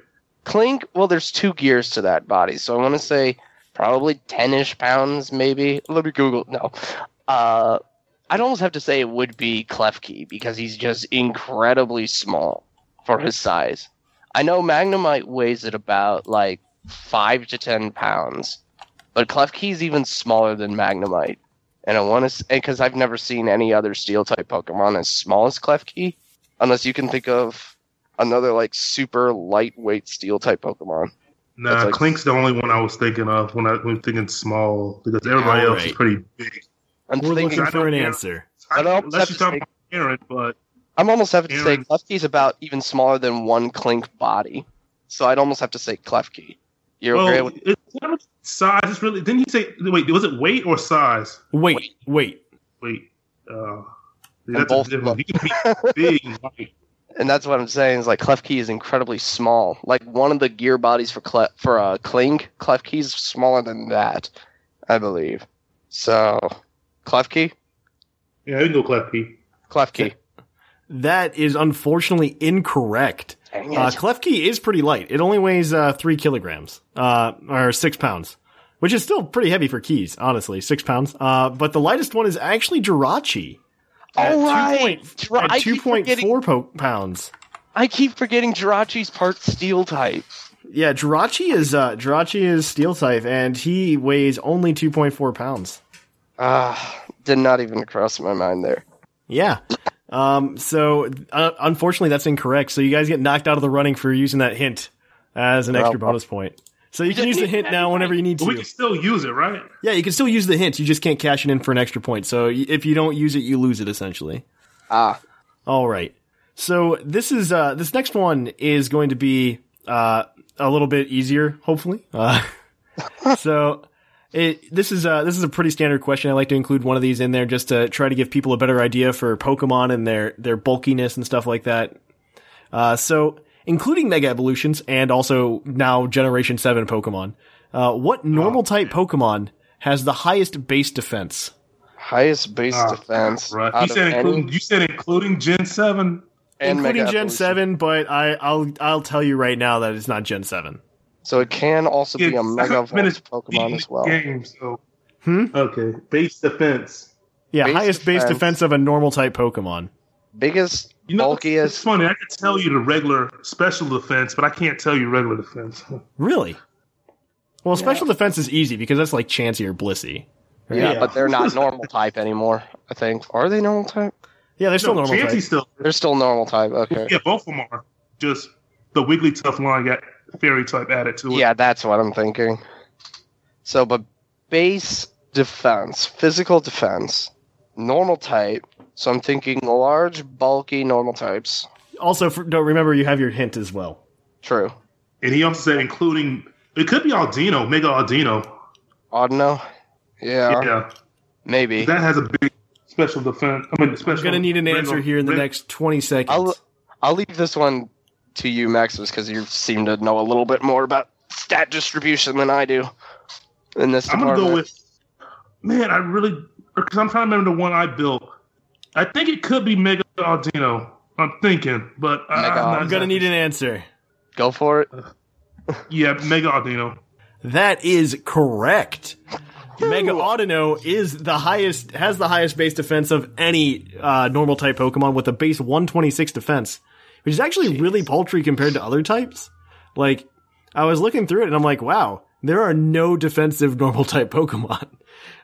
[SPEAKER 11] Clink, well, there's two gears to that body, so I want to say probably 10 ish pounds, maybe. Let me Google. No. Uh, I'd almost have to say it would be Klefki because he's just incredibly small for his size. I know Magnemite weighs at about like 5 to 10 pounds, but Klefki's even smaller than Magnemite. And I want to, because I've never seen any other steel type Pokemon as small as Klefki, unless you can think of another like super lightweight steel type Pokemon.
[SPEAKER 10] Nah, Clink's the only one I was thinking of when I was thinking small because everybody else is
[SPEAKER 11] Alright.
[SPEAKER 10] pretty big.
[SPEAKER 11] I'm
[SPEAKER 10] We're
[SPEAKER 11] thinking
[SPEAKER 10] looking for an
[SPEAKER 1] answer.
[SPEAKER 11] I don't
[SPEAKER 10] Unless
[SPEAKER 11] have
[SPEAKER 10] you
[SPEAKER 11] to
[SPEAKER 10] talk
[SPEAKER 11] say-
[SPEAKER 10] about Aaron, but
[SPEAKER 11] I'm almost have to say
[SPEAKER 10] Aaron.
[SPEAKER 11] Klefki's about even smaller than one Clink body, so I'd almost have to say Klefki. You're
[SPEAKER 10] well,
[SPEAKER 11] agree with
[SPEAKER 10] it's not about size. It's really didn't he say? Wait, was it weight or size?
[SPEAKER 1] Wait, wait,
[SPEAKER 10] wait. Uh,
[SPEAKER 11] And
[SPEAKER 10] that's
[SPEAKER 11] both
[SPEAKER 10] a different. He can be big, and light.
[SPEAKER 11] and that's what I'm saying is like Klefki is incredibly small. Like one of the gear bodies for Cle- for uh, Klink, Klefki's smaller than that, I believe. So Klefki,
[SPEAKER 10] Yeah, we can go Klefki.
[SPEAKER 11] Klefki.
[SPEAKER 1] That is unfortunately incorrect.
[SPEAKER 11] Dang it.
[SPEAKER 1] Uh, Klefki is pretty light. It only weighs uh, three kilograms, uh, or six pounds, which is still pretty heavy for keys, honestly, six pounds. Uh, but the lightest one is actually Jirachi. at
[SPEAKER 11] All right,
[SPEAKER 1] two
[SPEAKER 11] Jira-
[SPEAKER 1] point-
[SPEAKER 11] I
[SPEAKER 1] at
[SPEAKER 11] keep
[SPEAKER 1] two point four po- pounds.
[SPEAKER 11] I keep forgetting Jirachi's part steel type.
[SPEAKER 1] Yeah, Jirachi is uh, Jirachi is steel type, and he weighs only two point four pounds.
[SPEAKER 11] Ah, did not even cross my mind there.
[SPEAKER 1] Yeah. Um, so uh, unfortunately, that's incorrect. So you guys get knocked out of the running for using that hint as an extra
[SPEAKER 10] Well,
[SPEAKER 1] bonus point. So you can use the hint now whenever you need
[SPEAKER 10] But we
[SPEAKER 1] to.
[SPEAKER 10] can still use it, right?
[SPEAKER 1] Yeah, you can still use the hint. You just can't cash it in for an extra point. So y- if you don't use it, you lose it essentially.
[SPEAKER 11] Ah.
[SPEAKER 1] All right. So this is uh, this next one is going to be uh, a little bit easier, hopefully. Uh, so it, this is uh, this is a pretty standard question. I like to include one of these in there just to try to give people a better idea for Pokemon and their their bulkiness and stuff like that. Uh, so, including Mega Evolutions and also now Generation 7 Pokemon, uh, what normal type Pokemon has the highest base defense?
[SPEAKER 11] Highest base
[SPEAKER 10] Ah,
[SPEAKER 11] defense.
[SPEAKER 10] Right. You said including. You said including Gen Seven.
[SPEAKER 1] including Gen 7, but I, I'll, I'll tell you right now that it's not Gen 7.
[SPEAKER 11] So it can also be a
[SPEAKER 1] Yeah,
[SPEAKER 11] Mega Evolved
[SPEAKER 1] minutes
[SPEAKER 11] Pokemon as well.
[SPEAKER 10] Game. So.
[SPEAKER 1] Hmm?
[SPEAKER 10] Okay. Base defense.
[SPEAKER 1] Yeah,
[SPEAKER 10] Base
[SPEAKER 1] highest base
[SPEAKER 10] defense.
[SPEAKER 1] defense of a normal type Pokemon.
[SPEAKER 11] Biggest,
[SPEAKER 10] You know, bulkiest. It's funny. I can tell you the regular special defense, but I can't tell you regular defense.
[SPEAKER 1] Really? Well, special defense is easy because that's like Chansey or Blissey. right?
[SPEAKER 11] Yeah, but they're not normal type anymore. I think are they normal type?
[SPEAKER 1] Yeah, they're
[SPEAKER 10] still No, normal Chansey's type. still-
[SPEAKER 11] They're still normal type. Okay.
[SPEAKER 10] Yeah, both of them are. Just the Wigglytuff line got fairy type added to it.
[SPEAKER 11] Yeah, that's what I'm thinking. So, but base defense, physical defense, normal type. So I'm thinking large, bulky, normal types.
[SPEAKER 1] Also, for, don't remember you have your hint as well.
[SPEAKER 11] True.
[SPEAKER 10] And he also said including. It could be Aldino, Mega Aldino.
[SPEAKER 11] Audino. Yeah.
[SPEAKER 10] Yeah.
[SPEAKER 11] Maybe
[SPEAKER 10] that has a big special defense. I mean, special.
[SPEAKER 1] I'm going to need an answer here in the next 20 seconds.
[SPEAKER 11] I'll I'll leave this one to you, Maximus, because you seem to know a little bit more about stat distribution than I do. In this,
[SPEAKER 10] I'm gonna go
[SPEAKER 11] department.
[SPEAKER 10] with. Man, I really because I'm trying to remember the one I built. I think it could be Mega Aldino. I'm thinking, but I-
[SPEAKER 1] Mega
[SPEAKER 10] I'm,
[SPEAKER 1] I'm gonna need an answer.
[SPEAKER 11] Go for it.
[SPEAKER 10] yeah, Mega Aldino.
[SPEAKER 1] That is correct. Mega Audino is the highest has the highest base defense of any uh, normal type Pokemon with a base 126 defense, which is actually really paltry compared to other types. Like I was looking through it and I'm like, wow, there are no defensive normal type Pokemon.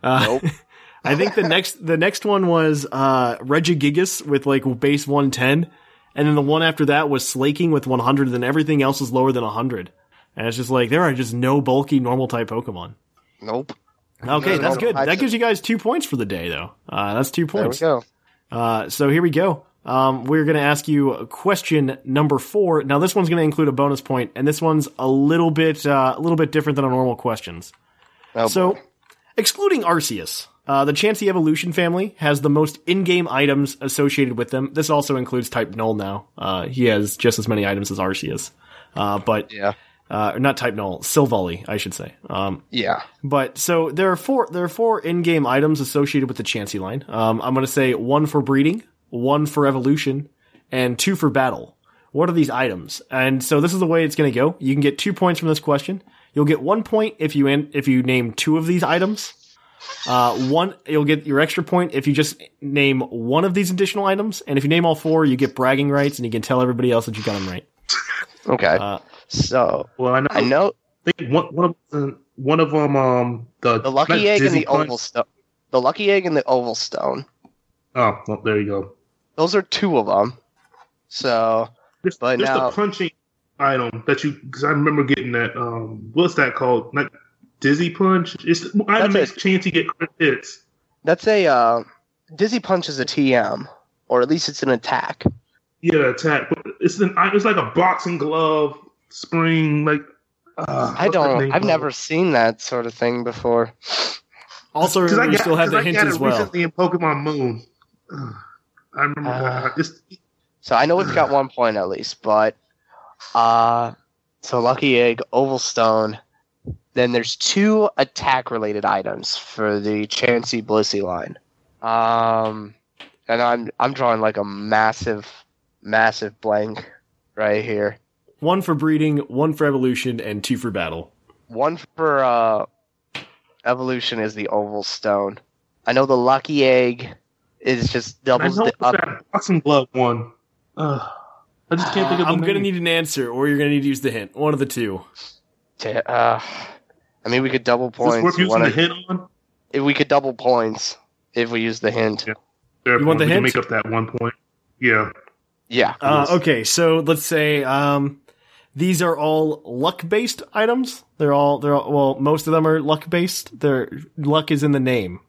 [SPEAKER 1] Uh, I think the next the next one was uh, Regigigas with like base 110, and then the one after that was Slaking with 100, and everything else was lower than 100. And it's just like there are just no bulky normal type Pokemon.
[SPEAKER 11] Nope.
[SPEAKER 1] Okay,
[SPEAKER 11] No,
[SPEAKER 1] that's
[SPEAKER 11] no,
[SPEAKER 1] good.
[SPEAKER 11] I
[SPEAKER 1] That
[SPEAKER 11] just-
[SPEAKER 1] gives you guys two points for the day, though. Uh, that's two
[SPEAKER 11] There we
[SPEAKER 1] points.
[SPEAKER 11] go.
[SPEAKER 1] Uh, so here we go. Um, we're going to ask you question number four. Now, this one's going to include a bonus point, and this one's a little bit uh, a little bit different than our normal questions.
[SPEAKER 11] Oh,
[SPEAKER 1] so, excluding Arceus, uh, the Chansey Evolution family has the most in-game items associated with them. This also includes Type Null. Now, uh, he has just as many items as Arceus, uh, but
[SPEAKER 11] yeah,
[SPEAKER 1] uh, not Type Null, Silvally, I should say. Um,
[SPEAKER 11] Yeah.
[SPEAKER 1] but so there are four there are four in-game items associated with the Chansey line. Um, I'm gonna say one for breeding, one for evolution, and two for battle. What are these items? And so this is the way it's gonna go. You can get two points from this question. You'll get one point if you an- if you name two of these items. Uh, one you'll get your extra point if you just name one of these additional items, and if you name all four, you get bragging rights, and you can tell everybody else that you got them right. Uh,
[SPEAKER 11] Okay. so
[SPEAKER 10] well, I know.
[SPEAKER 11] I know.
[SPEAKER 10] I think one one of them, one of them um the
[SPEAKER 11] The lucky
[SPEAKER 10] not
[SPEAKER 11] egg and
[SPEAKER 10] Dizzy
[SPEAKER 11] the
[SPEAKER 10] Punch.
[SPEAKER 11] oval stone. The lucky egg and the oval stone.
[SPEAKER 10] Oh, well, there you go.
[SPEAKER 11] Those are two of them. So, but
[SPEAKER 10] There's
[SPEAKER 11] now
[SPEAKER 10] the punching item that you because I remember getting that. Um, what's that called? Not dizzy punch. It's the item
[SPEAKER 11] That's
[SPEAKER 10] makes Chansey get crit hits.
[SPEAKER 11] that's a uh, dizzy punch is a TM, or at least it's an attack.
[SPEAKER 10] Yeah, attack. But it's an it's like a boxing glove spring. Like
[SPEAKER 11] I don't. I've never seen that sort of thing before.
[SPEAKER 1] Also,
[SPEAKER 10] Because I
[SPEAKER 11] remember you
[SPEAKER 10] got,
[SPEAKER 11] still have
[SPEAKER 10] 'cause
[SPEAKER 11] the
[SPEAKER 10] I
[SPEAKER 11] hints
[SPEAKER 10] got
[SPEAKER 11] as
[SPEAKER 10] it
[SPEAKER 11] well.
[SPEAKER 10] Recently in Pokemon Moon, Ugh. I remember.
[SPEAKER 11] Ah.
[SPEAKER 10] it's,
[SPEAKER 11] So I know it's got one point at least, but uh so lucky egg, oval stone. Then there's two attack related items for the Chansey Blissey line. Um and I'm I'm drawing like a massive massive blank right here.
[SPEAKER 1] One for breeding, one for evolution, and two for battle.
[SPEAKER 11] One for uh evolution is the oval stone. I know the lucky egg is just
[SPEAKER 10] I
[SPEAKER 11] doubles
[SPEAKER 10] know
[SPEAKER 11] the
[SPEAKER 10] it's
[SPEAKER 11] up
[SPEAKER 10] that boxing glove one. Ugh. I just can't think of. The
[SPEAKER 1] I'm gonna
[SPEAKER 10] name.
[SPEAKER 1] need an answer, or you're gonna need to use the hint. One of the two.
[SPEAKER 11] Uh, I mean, we could double
[SPEAKER 1] this worth
[SPEAKER 11] points.
[SPEAKER 1] using
[SPEAKER 11] One
[SPEAKER 1] the
[SPEAKER 11] of-
[SPEAKER 1] hint
[SPEAKER 10] on?
[SPEAKER 11] If we could double points, if we use the hint.
[SPEAKER 10] Fair
[SPEAKER 1] You
[SPEAKER 10] point.
[SPEAKER 1] want the
[SPEAKER 10] We can Make
[SPEAKER 1] hint?
[SPEAKER 10] up that one point. Yeah.
[SPEAKER 11] Yeah.
[SPEAKER 1] Uh, okay, so let's say um, these are all luck-based items. They're all they're all, well, most of them are luck-based. Their luck is in the name.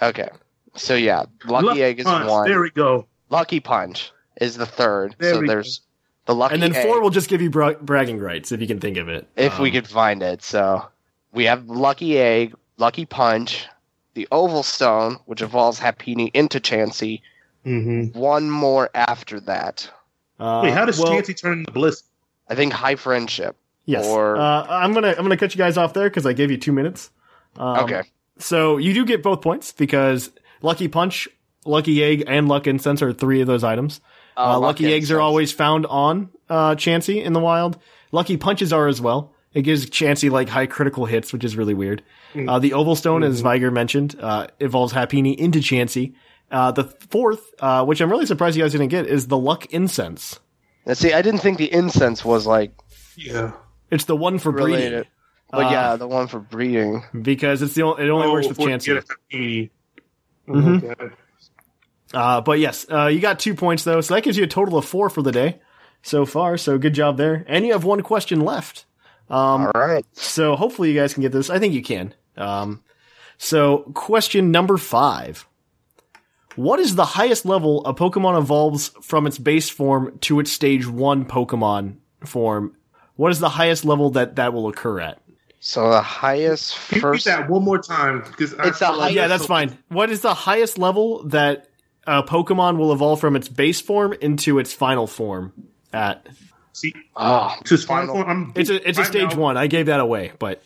[SPEAKER 11] Okay. So yeah, lucky
[SPEAKER 1] Lucky
[SPEAKER 11] egg is
[SPEAKER 1] punch,
[SPEAKER 11] one.
[SPEAKER 1] there
[SPEAKER 10] we go.
[SPEAKER 11] Lucky punch is the third.
[SPEAKER 1] There
[SPEAKER 11] so
[SPEAKER 1] we go.
[SPEAKER 11] there's the lucky
[SPEAKER 1] and then
[SPEAKER 11] egg.
[SPEAKER 1] four will just give you bra- bragging rights if you can think of it. Um,
[SPEAKER 11] if we could find it. So we have lucky egg, lucky punch, the oval stone, which evolves Happini into Chansey.
[SPEAKER 10] Mm-hmm.
[SPEAKER 11] One more after that.
[SPEAKER 1] Uh,
[SPEAKER 10] Wait, how does Chansey turn into Bliss?
[SPEAKER 11] I think high friendship.
[SPEAKER 1] Yes.
[SPEAKER 11] Or
[SPEAKER 1] uh, I'm gonna I'm gonna cut you guys off there because I gave you two minutes. Um,
[SPEAKER 11] Okay.
[SPEAKER 1] So you do get both points because Lucky Punch, Lucky Egg, and Luck Incense are three of those items.
[SPEAKER 11] Oh,
[SPEAKER 1] uh,
[SPEAKER 11] Luck
[SPEAKER 1] Lucky Eggs are always found on uh, Chansey in the wild. Lucky Punches are as well. It gives Chansey like high critical hits, which is really weird.
[SPEAKER 10] Mm.
[SPEAKER 1] Uh, the Oval Stone, as Viger mentioned, uh, evolves Happini into Chansey. Uh, the fourth, uh, which I'm really surprised you guys didn't get, is the Luck Incense.
[SPEAKER 11] Now, see, I didn't think the incense was like
[SPEAKER 10] yeah,
[SPEAKER 1] It's the one for breeding.
[SPEAKER 11] related. But
[SPEAKER 1] Uh,
[SPEAKER 11] yeah, the one for breeding.
[SPEAKER 1] because it's the only, it only
[SPEAKER 11] Oh,
[SPEAKER 1] works with Mm-hmm.
[SPEAKER 11] for-
[SPEAKER 1] Chansey.
[SPEAKER 10] Mhm.
[SPEAKER 12] Oh,
[SPEAKER 1] Uh, but yes, uh, you got two points though, so that gives you a total of four for the day so far. So good job there, and you have one question left. Um, All
[SPEAKER 11] right.
[SPEAKER 1] So hopefully you guys can get this. I think you can. Um, so question number five: What is the highest level a Pokemon evolves from its base form to its stage one Pokemon form? What is the highest level that that will occur at?
[SPEAKER 11] So the highest
[SPEAKER 10] Can you read that one more time? Because
[SPEAKER 1] It's a high- yeah, that's fine. What is the highest level that a Pokemon will evolve from its base form into its final form at?
[SPEAKER 10] See,
[SPEAKER 11] oh,
[SPEAKER 10] to its final form, I'm-
[SPEAKER 1] it's a it's a
[SPEAKER 10] I
[SPEAKER 1] stage
[SPEAKER 10] know.
[SPEAKER 1] one. I gave that away, but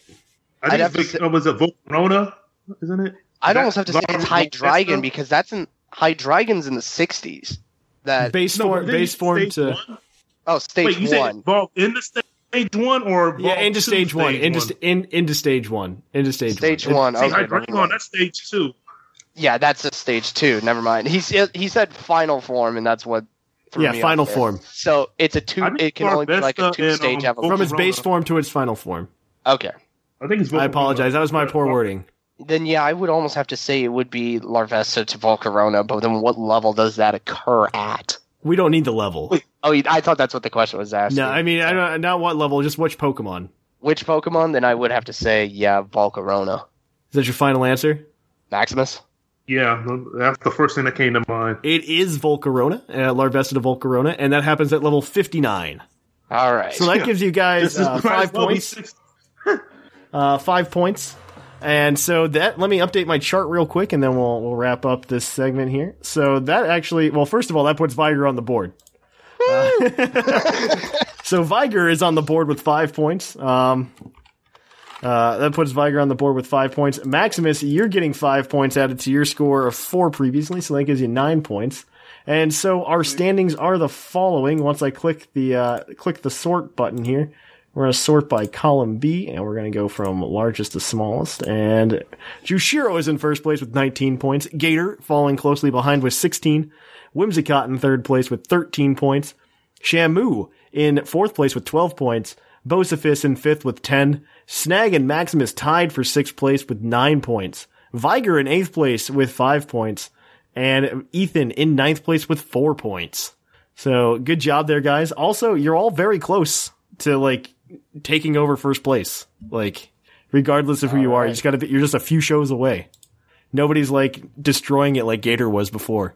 [SPEAKER 10] I
[SPEAKER 11] I'd
[SPEAKER 10] think
[SPEAKER 11] have to
[SPEAKER 10] it's Vic- uh, was it Volcarona? Isn't it?
[SPEAKER 11] I'd
[SPEAKER 10] That-
[SPEAKER 11] almost have to say it's High
[SPEAKER 10] Volcarona-
[SPEAKER 11] Dragon because that's in High Dragon's in the '60s. That
[SPEAKER 1] base form
[SPEAKER 10] then
[SPEAKER 1] base form
[SPEAKER 10] stage
[SPEAKER 1] to
[SPEAKER 11] oh stage
[SPEAKER 10] Wait, you said
[SPEAKER 11] one.
[SPEAKER 10] involved in the sta- stage one or
[SPEAKER 1] yeah
[SPEAKER 10] evolved to
[SPEAKER 1] into stage one into st- in into stage one into stage
[SPEAKER 11] Stage
[SPEAKER 1] one.
[SPEAKER 11] one,
[SPEAKER 1] It-
[SPEAKER 11] okay, never mind.
[SPEAKER 10] that's stage two.
[SPEAKER 11] Yeah, that's a stage two. Never mind. He said he said final form, and that's what threw
[SPEAKER 1] Yeah,
[SPEAKER 11] me
[SPEAKER 1] final
[SPEAKER 11] off there.
[SPEAKER 1] form.
[SPEAKER 11] So it's a two. It can only be like a two
[SPEAKER 10] um,
[SPEAKER 11] stage evolution.
[SPEAKER 1] From its base form to its final form.
[SPEAKER 11] Okay.
[SPEAKER 10] I think it's.
[SPEAKER 1] I apologize. That was my poor wording.
[SPEAKER 11] Then yeah, I would almost have to say it would be Larvesta to Volcarona, but then what level does that occur at?
[SPEAKER 1] We don't need the level.
[SPEAKER 11] Oh, I thought that's what the question was asking.
[SPEAKER 1] No, I mean, I don't, not what level, just which Pokemon.
[SPEAKER 11] Which Pokemon? Then I would have to say yeah, Volcarona.
[SPEAKER 1] Is that your final answer?
[SPEAKER 11] Maximus.
[SPEAKER 10] Yeah, that's the first thing that came to mind.
[SPEAKER 1] It is Volcarona, uh, Larvesta to Volcarona, and that happens at level 59.
[SPEAKER 11] All right.
[SPEAKER 1] So that gives you guys
[SPEAKER 10] This is
[SPEAKER 1] uh,
[SPEAKER 10] might as
[SPEAKER 1] five
[SPEAKER 10] well be
[SPEAKER 1] points. uh, five points. And so that let me update my chart real quick, and then we'll we'll wrap up this segment here. So that actually, well, first of all, that puts Viger on the board. Uh, so Viger is on the board with five points. Um, uh, that puts Viger on the board with five points. Maximus, you're getting five points added to your score of four previously, so that gives you nine points. And so our standings are the following. Once I click the uh, click the sort button here, we're going to sort by column B, and we're going to go from largest to smallest. And Jushiro is in first place with 19 points. Gator following closely behind with 16. Whimsicott in third place with 13 points. Shamu in fourth place with 12 points. Bocephus in fifth with 10. Snag and Maximus tied for sixth place with nine points. Viger in eighth place with five points. And Ethan in ninth place with four points. So good job there, guys. Also, you're all very close to like taking over first place. Like, regardless of who you are, you just gotta be, you're just a few shows away. Nobody's like destroying it like Gator was before.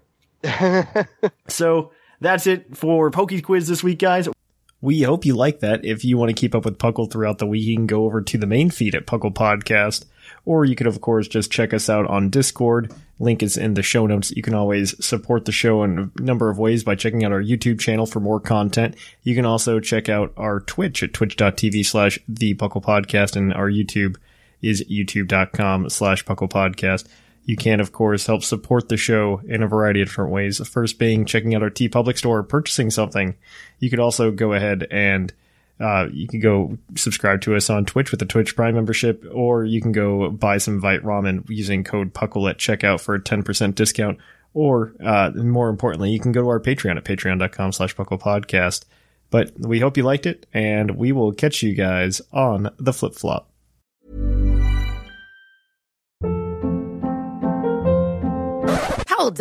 [SPEAKER 1] so that's it for Poke Quiz this week, guys. We hope you like that. If you want to keep up with Puckle throughout the week, you can go over to the main feed at Puckle Podcast, or you could, of course, just check us out on Discord. Link is in the show notes. You can always support the show in a number of ways by checking out our YouTube channel for more content. You can also check out our Twitch at twitch.tv slash the Puckle Podcast, and our YouTube is youtube.com slash Puckle Podcast. You can, of course, help support the show in a variety of different ways. The First being checking out our T Public store or purchasing something. You could also go ahead and uh, you can go subscribe to us on Twitch with the Twitch Prime membership, or you can go buy some Vite Ramen using code Puckle at checkout for a 10% discount. Or uh, more importantly, you can go to our Patreon at patreon.com slash Puckle Podcast. But we hope you liked it, and we will catch you guys on the flip flop.
[SPEAKER 7] Hold